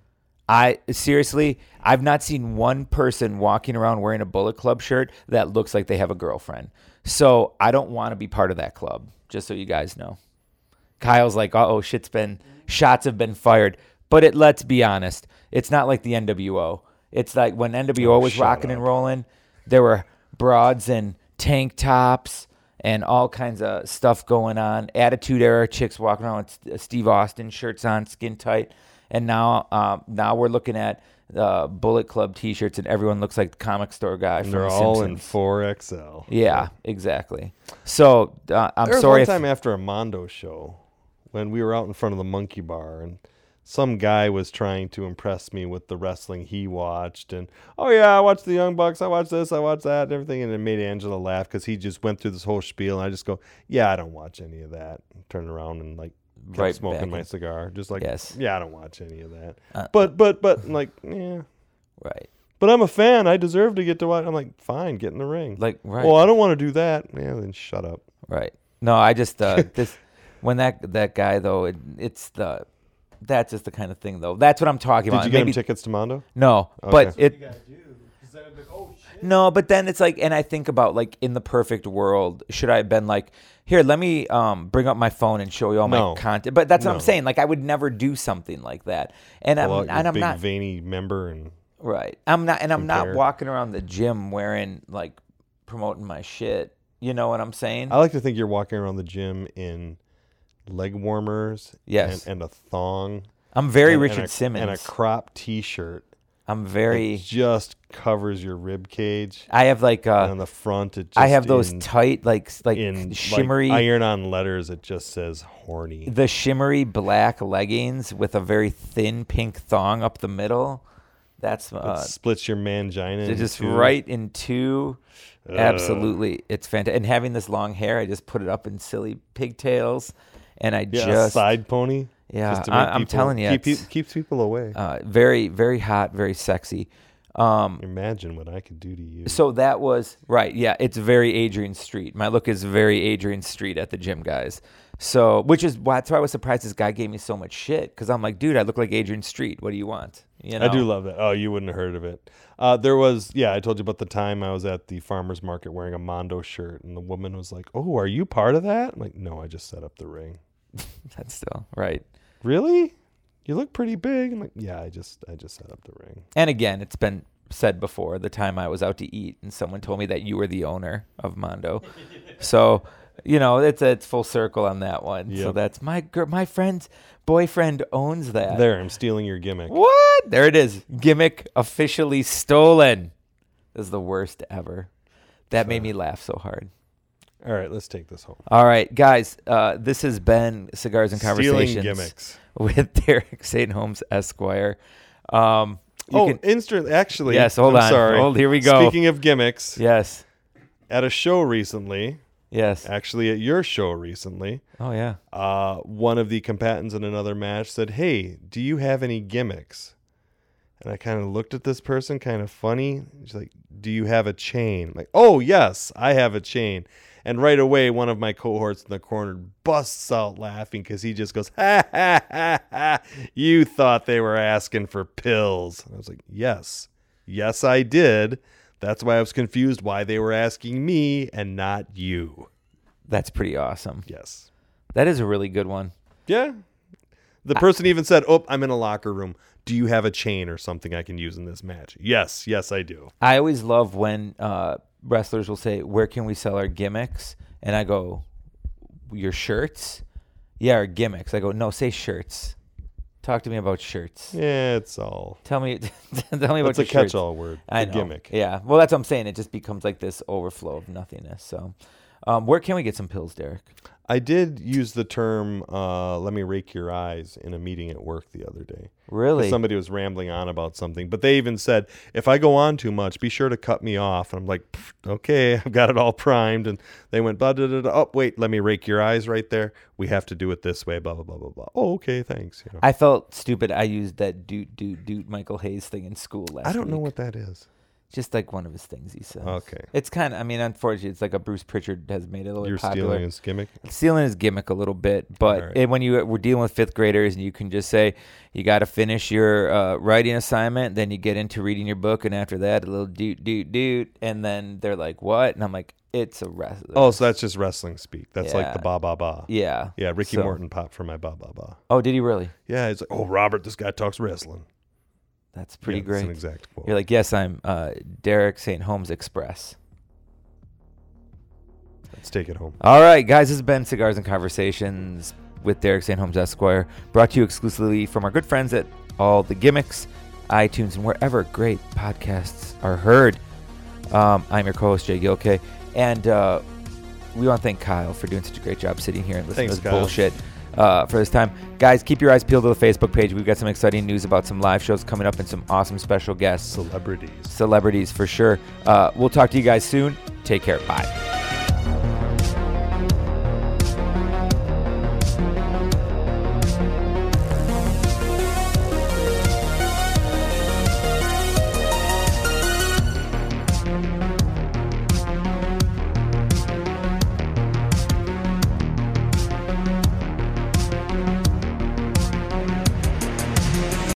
Speaker 2: I seriously, I've not seen one person walking around wearing a Bullet Club shirt that looks like they have a girlfriend. So I don't want to be part of that club, just so you guys know. Kyle's like, uh oh, shit's been, shots have been fired. But it, let's be honest, it's not like the NWO. It's like when NWO
Speaker 1: Oh,
Speaker 2: was rocking and rolling, there were broads and tank tops and all kinds of stuff going on. Attitude era chicks walking around with S- Steve Austin shirts on, skin tight. And now, um, now we're looking at uh, Bullet Club T-shirts, and everyone looks like the comic store guy from
Speaker 1: They're
Speaker 2: The
Speaker 1: all in
Speaker 2: Simpsons.
Speaker 1: 4XL.
Speaker 2: Yeah, exactly. So uh, I'm
Speaker 1: There was
Speaker 2: sorry.
Speaker 1: one
Speaker 2: if-
Speaker 1: time after a Mondo show when we were out in front of the Monkey Bar and some guy was trying to impress me with the wrestling he watched and oh yeah I watched the Young Bucks I watched this I watched that and everything and it made Angela laugh because he just went through this whole spiel and I just go yeah I don't watch any of that and turned around and like kept
Speaker 2: Right back
Speaker 1: smoking my
Speaker 2: in-
Speaker 1: cigar just like
Speaker 2: Yes. Uh,
Speaker 1: yeah I don't watch any of that but but but and like yeah
Speaker 2: right.
Speaker 1: but I'm a fan I deserve to get to watch I'm like fine get in the ring
Speaker 2: Like, right.
Speaker 1: well I don't want to do that yeah then shut up
Speaker 2: Right. No, I just uh, this when that that guy though it, it's the that's just the kind of thing though. That's what I'm talking
Speaker 1: did
Speaker 2: about.
Speaker 1: you
Speaker 2: And
Speaker 1: get him
Speaker 2: maybe-
Speaker 1: tickets to Mondo
Speaker 2: No, but
Speaker 1: Okay.
Speaker 2: it
Speaker 6: you gotta do. Because then I'd be like, oh shit.
Speaker 2: no, but then it's like, and I think about like in the perfect world, should I have been like, here, let me um, bring up my phone and show you all
Speaker 1: No.
Speaker 2: my content. But that's what I'm
Speaker 1: No.
Speaker 2: saying. Like I would never do something like that, and
Speaker 1: pull out
Speaker 2: I'm
Speaker 1: your
Speaker 2: and I'm
Speaker 1: big
Speaker 2: not
Speaker 1: veiny member and
Speaker 2: Right. I'm not, and I'm not
Speaker 1: Compare.
Speaker 2: walking around the gym wearing like promoting my shit. You know what I'm saying?
Speaker 1: I like to think you're walking around the gym in leg warmers
Speaker 2: Yes.
Speaker 1: and, and a thong
Speaker 2: I'm very
Speaker 1: and- and
Speaker 2: Richard
Speaker 1: a-
Speaker 2: Simmons.
Speaker 1: and a crop t-shirt
Speaker 2: I'm
Speaker 1: that
Speaker 2: very.
Speaker 1: just covers your rib cage
Speaker 2: I have like
Speaker 1: and
Speaker 2: uh,
Speaker 1: on the front it just
Speaker 2: I have those
Speaker 1: in,
Speaker 2: tight like s- like
Speaker 1: in
Speaker 2: shimmery
Speaker 1: iron on letters it just says horny
Speaker 2: the shimmery black leggings with a very thin pink thong up the middle. That's uh,
Speaker 1: it splits your mangina
Speaker 2: They're
Speaker 1: in
Speaker 2: just
Speaker 1: two.
Speaker 2: right in two. Absolutely, it's fantastic. And having this long hair, I just put it up in silly pigtails, and I
Speaker 1: yeah a
Speaker 2: just
Speaker 1: side pony
Speaker 2: Yeah,
Speaker 1: just to
Speaker 2: I-
Speaker 1: make
Speaker 2: I'm
Speaker 1: people-
Speaker 2: telling you,
Speaker 1: keep,
Speaker 2: it's-
Speaker 1: pe- keeps people away
Speaker 2: uh, very very hot, very sexy. Um,
Speaker 1: imagine what i could do to you
Speaker 2: so that was right. Yeah, it's very Adrian Street. My look is very Adrian Street at the gym, guys. So, which is why that's why I was surprised this guy gave me so much shit because I'm like, dude, I look like Adrian Street. What do you want? You know,
Speaker 1: I do love that. Oh, you wouldn't have heard of it. Uh, there was, yeah, I told you about the time I was at the farmer's market wearing a Mondo shirt, and the woman was like, Oh, are you part of that? I'm like, no, I just set up the ring.
Speaker 2: that's still right.
Speaker 1: Really? You look pretty big. I'm like, yeah, I just, I just set up the ring.
Speaker 2: And again, it's been said before the time I was out to eat and someone told me that you were the owner of Mondo. so, you know, it's it's full circle on that one. So
Speaker 1: Yep.
Speaker 2: that's my gir- my friend's boyfriend owns that.
Speaker 1: There, I'm stealing your gimmick.
Speaker 2: What? There it is. Gimmick officially stolen. This is the worst ever. That made me laugh so hard.
Speaker 1: All right, let's take this home.
Speaker 2: All right, guys, uh, this has been Cigars and Conversations
Speaker 1: Stealing gimmicks.
Speaker 2: with Derek St. Holmes Esquire. Um, you
Speaker 1: oh,
Speaker 2: can-
Speaker 1: instant. Actually,
Speaker 2: Yes, hold
Speaker 1: I'm
Speaker 2: on.
Speaker 1: Sorry.
Speaker 2: Hold- here we go.
Speaker 1: Speaking of gimmicks,
Speaker 2: yes,
Speaker 1: at a show recently,
Speaker 2: yes.
Speaker 1: actually at your show recently,
Speaker 2: Oh yeah.
Speaker 1: uh, one of the combatants in another match said, Hey, do you have any gimmicks? And I kind of looked at this person, kind of funny. She's like, Do you have a chain? I'm like, oh, yes, I have a chain. And right away, one of my cohorts in the corner busts out laughing because he just goes, Ha ha ha ha, you thought they were asking for pills. And I was like, Yes, yes, I did. That's why I was confused why they were asking me and not you.
Speaker 2: That's pretty awesome.
Speaker 1: Yes.
Speaker 2: That is a really good one.
Speaker 1: Yeah. The person even said, "Oh, I'm in a locker room. Do you have a chain or something I can use in this match?" Yes, yes, I do.
Speaker 2: I always love when uh, wrestlers will say, "Where can we sell our gimmicks?" And I go, "Your shirts." Yeah, our gimmicks. I go, "No, say shirts. Talk to me about shirts.
Speaker 1: Yeah, it's all.
Speaker 2: Tell me, tell me about
Speaker 1: It's a
Speaker 2: your shirts."
Speaker 1: catch-all word.
Speaker 2: I
Speaker 1: A
Speaker 2: know.
Speaker 1: gimmick.
Speaker 2: Yeah. Well, that's what I'm saying. It just becomes like this overflow of nothingness. So, um, where can we get some pills, Derek?
Speaker 1: I did use the term uh, "let me rake your eyes" in a meeting at work the other day. 'Cause
Speaker 2: Really?
Speaker 1: Somebody was rambling on about something, but they even said, "If I go on too much, be sure to cut me off." And I'm like, "Pfft, "Okay, I've got it all primed." And they went, "Blah da da da." Oh, wait, let me rake your eyes right there. We have to do it this way. Blah blah blah blah blah. Oh, okay, thanks. You know.
Speaker 2: I felt stupid. I used that doot doot doot Michael Hayes thing in school last.
Speaker 1: I don't know
Speaker 2: week.
Speaker 1: what that is.
Speaker 2: just like one of his things he says.
Speaker 1: Okay.
Speaker 2: It's kind of, I mean, unfortunately, it's like a Bruce Pritchard has made it a little
Speaker 1: You're
Speaker 2: popular. Oh,
Speaker 1: stealing his gimmick.
Speaker 2: Stealing his gimmick a little bit, but
Speaker 1: Alright.
Speaker 2: it, when you we're dealing with fifth graders, and you can just say you got to finish your uh, writing assignment, then you get into reading your book, and after that, a little doot doot doot, and then they're like, "What?" And I'm like, "It's a rest."
Speaker 1: Oh, so that's just wrestling speak. That's like the
Speaker 2: Yeah.
Speaker 1: ba ba ba.
Speaker 2: yeah,
Speaker 1: Yeah, Ricky
Speaker 2: So-
Speaker 1: Morton popped for my ba ba ba.
Speaker 2: Oh, did he really?
Speaker 1: Yeah, it's like, oh, Robert, this guy talks wrestling.
Speaker 2: That's pretty
Speaker 1: Yeah, That's
Speaker 2: great.
Speaker 1: an exact quote.
Speaker 2: You're like, "Yes, I'm uh, Derek St. Holmes Express."
Speaker 1: Let's take it home.
Speaker 2: All right, guys, this has been Cigars and Conversations with Derek St. Holmes Esquire, brought to you exclusively from our good friends at all the gimmicks, iTunes, and wherever great podcasts are heard. Um, I'm your co-host Jay Gilkay, and uh, we want to thank Kyle for doing such a great job sitting here and listening
Speaker 1: Thanks,
Speaker 2: to this
Speaker 1: Kyle.
Speaker 2: bullshit uh, for this time. Guys, keep your eyes peeled to the Facebook page. We've got some exciting news about some live shows coming up and some awesome special guests,
Speaker 1: Celebrities.
Speaker 2: celebrities for sure. Uh, we'll talk to you guys soon. Take care. Bye.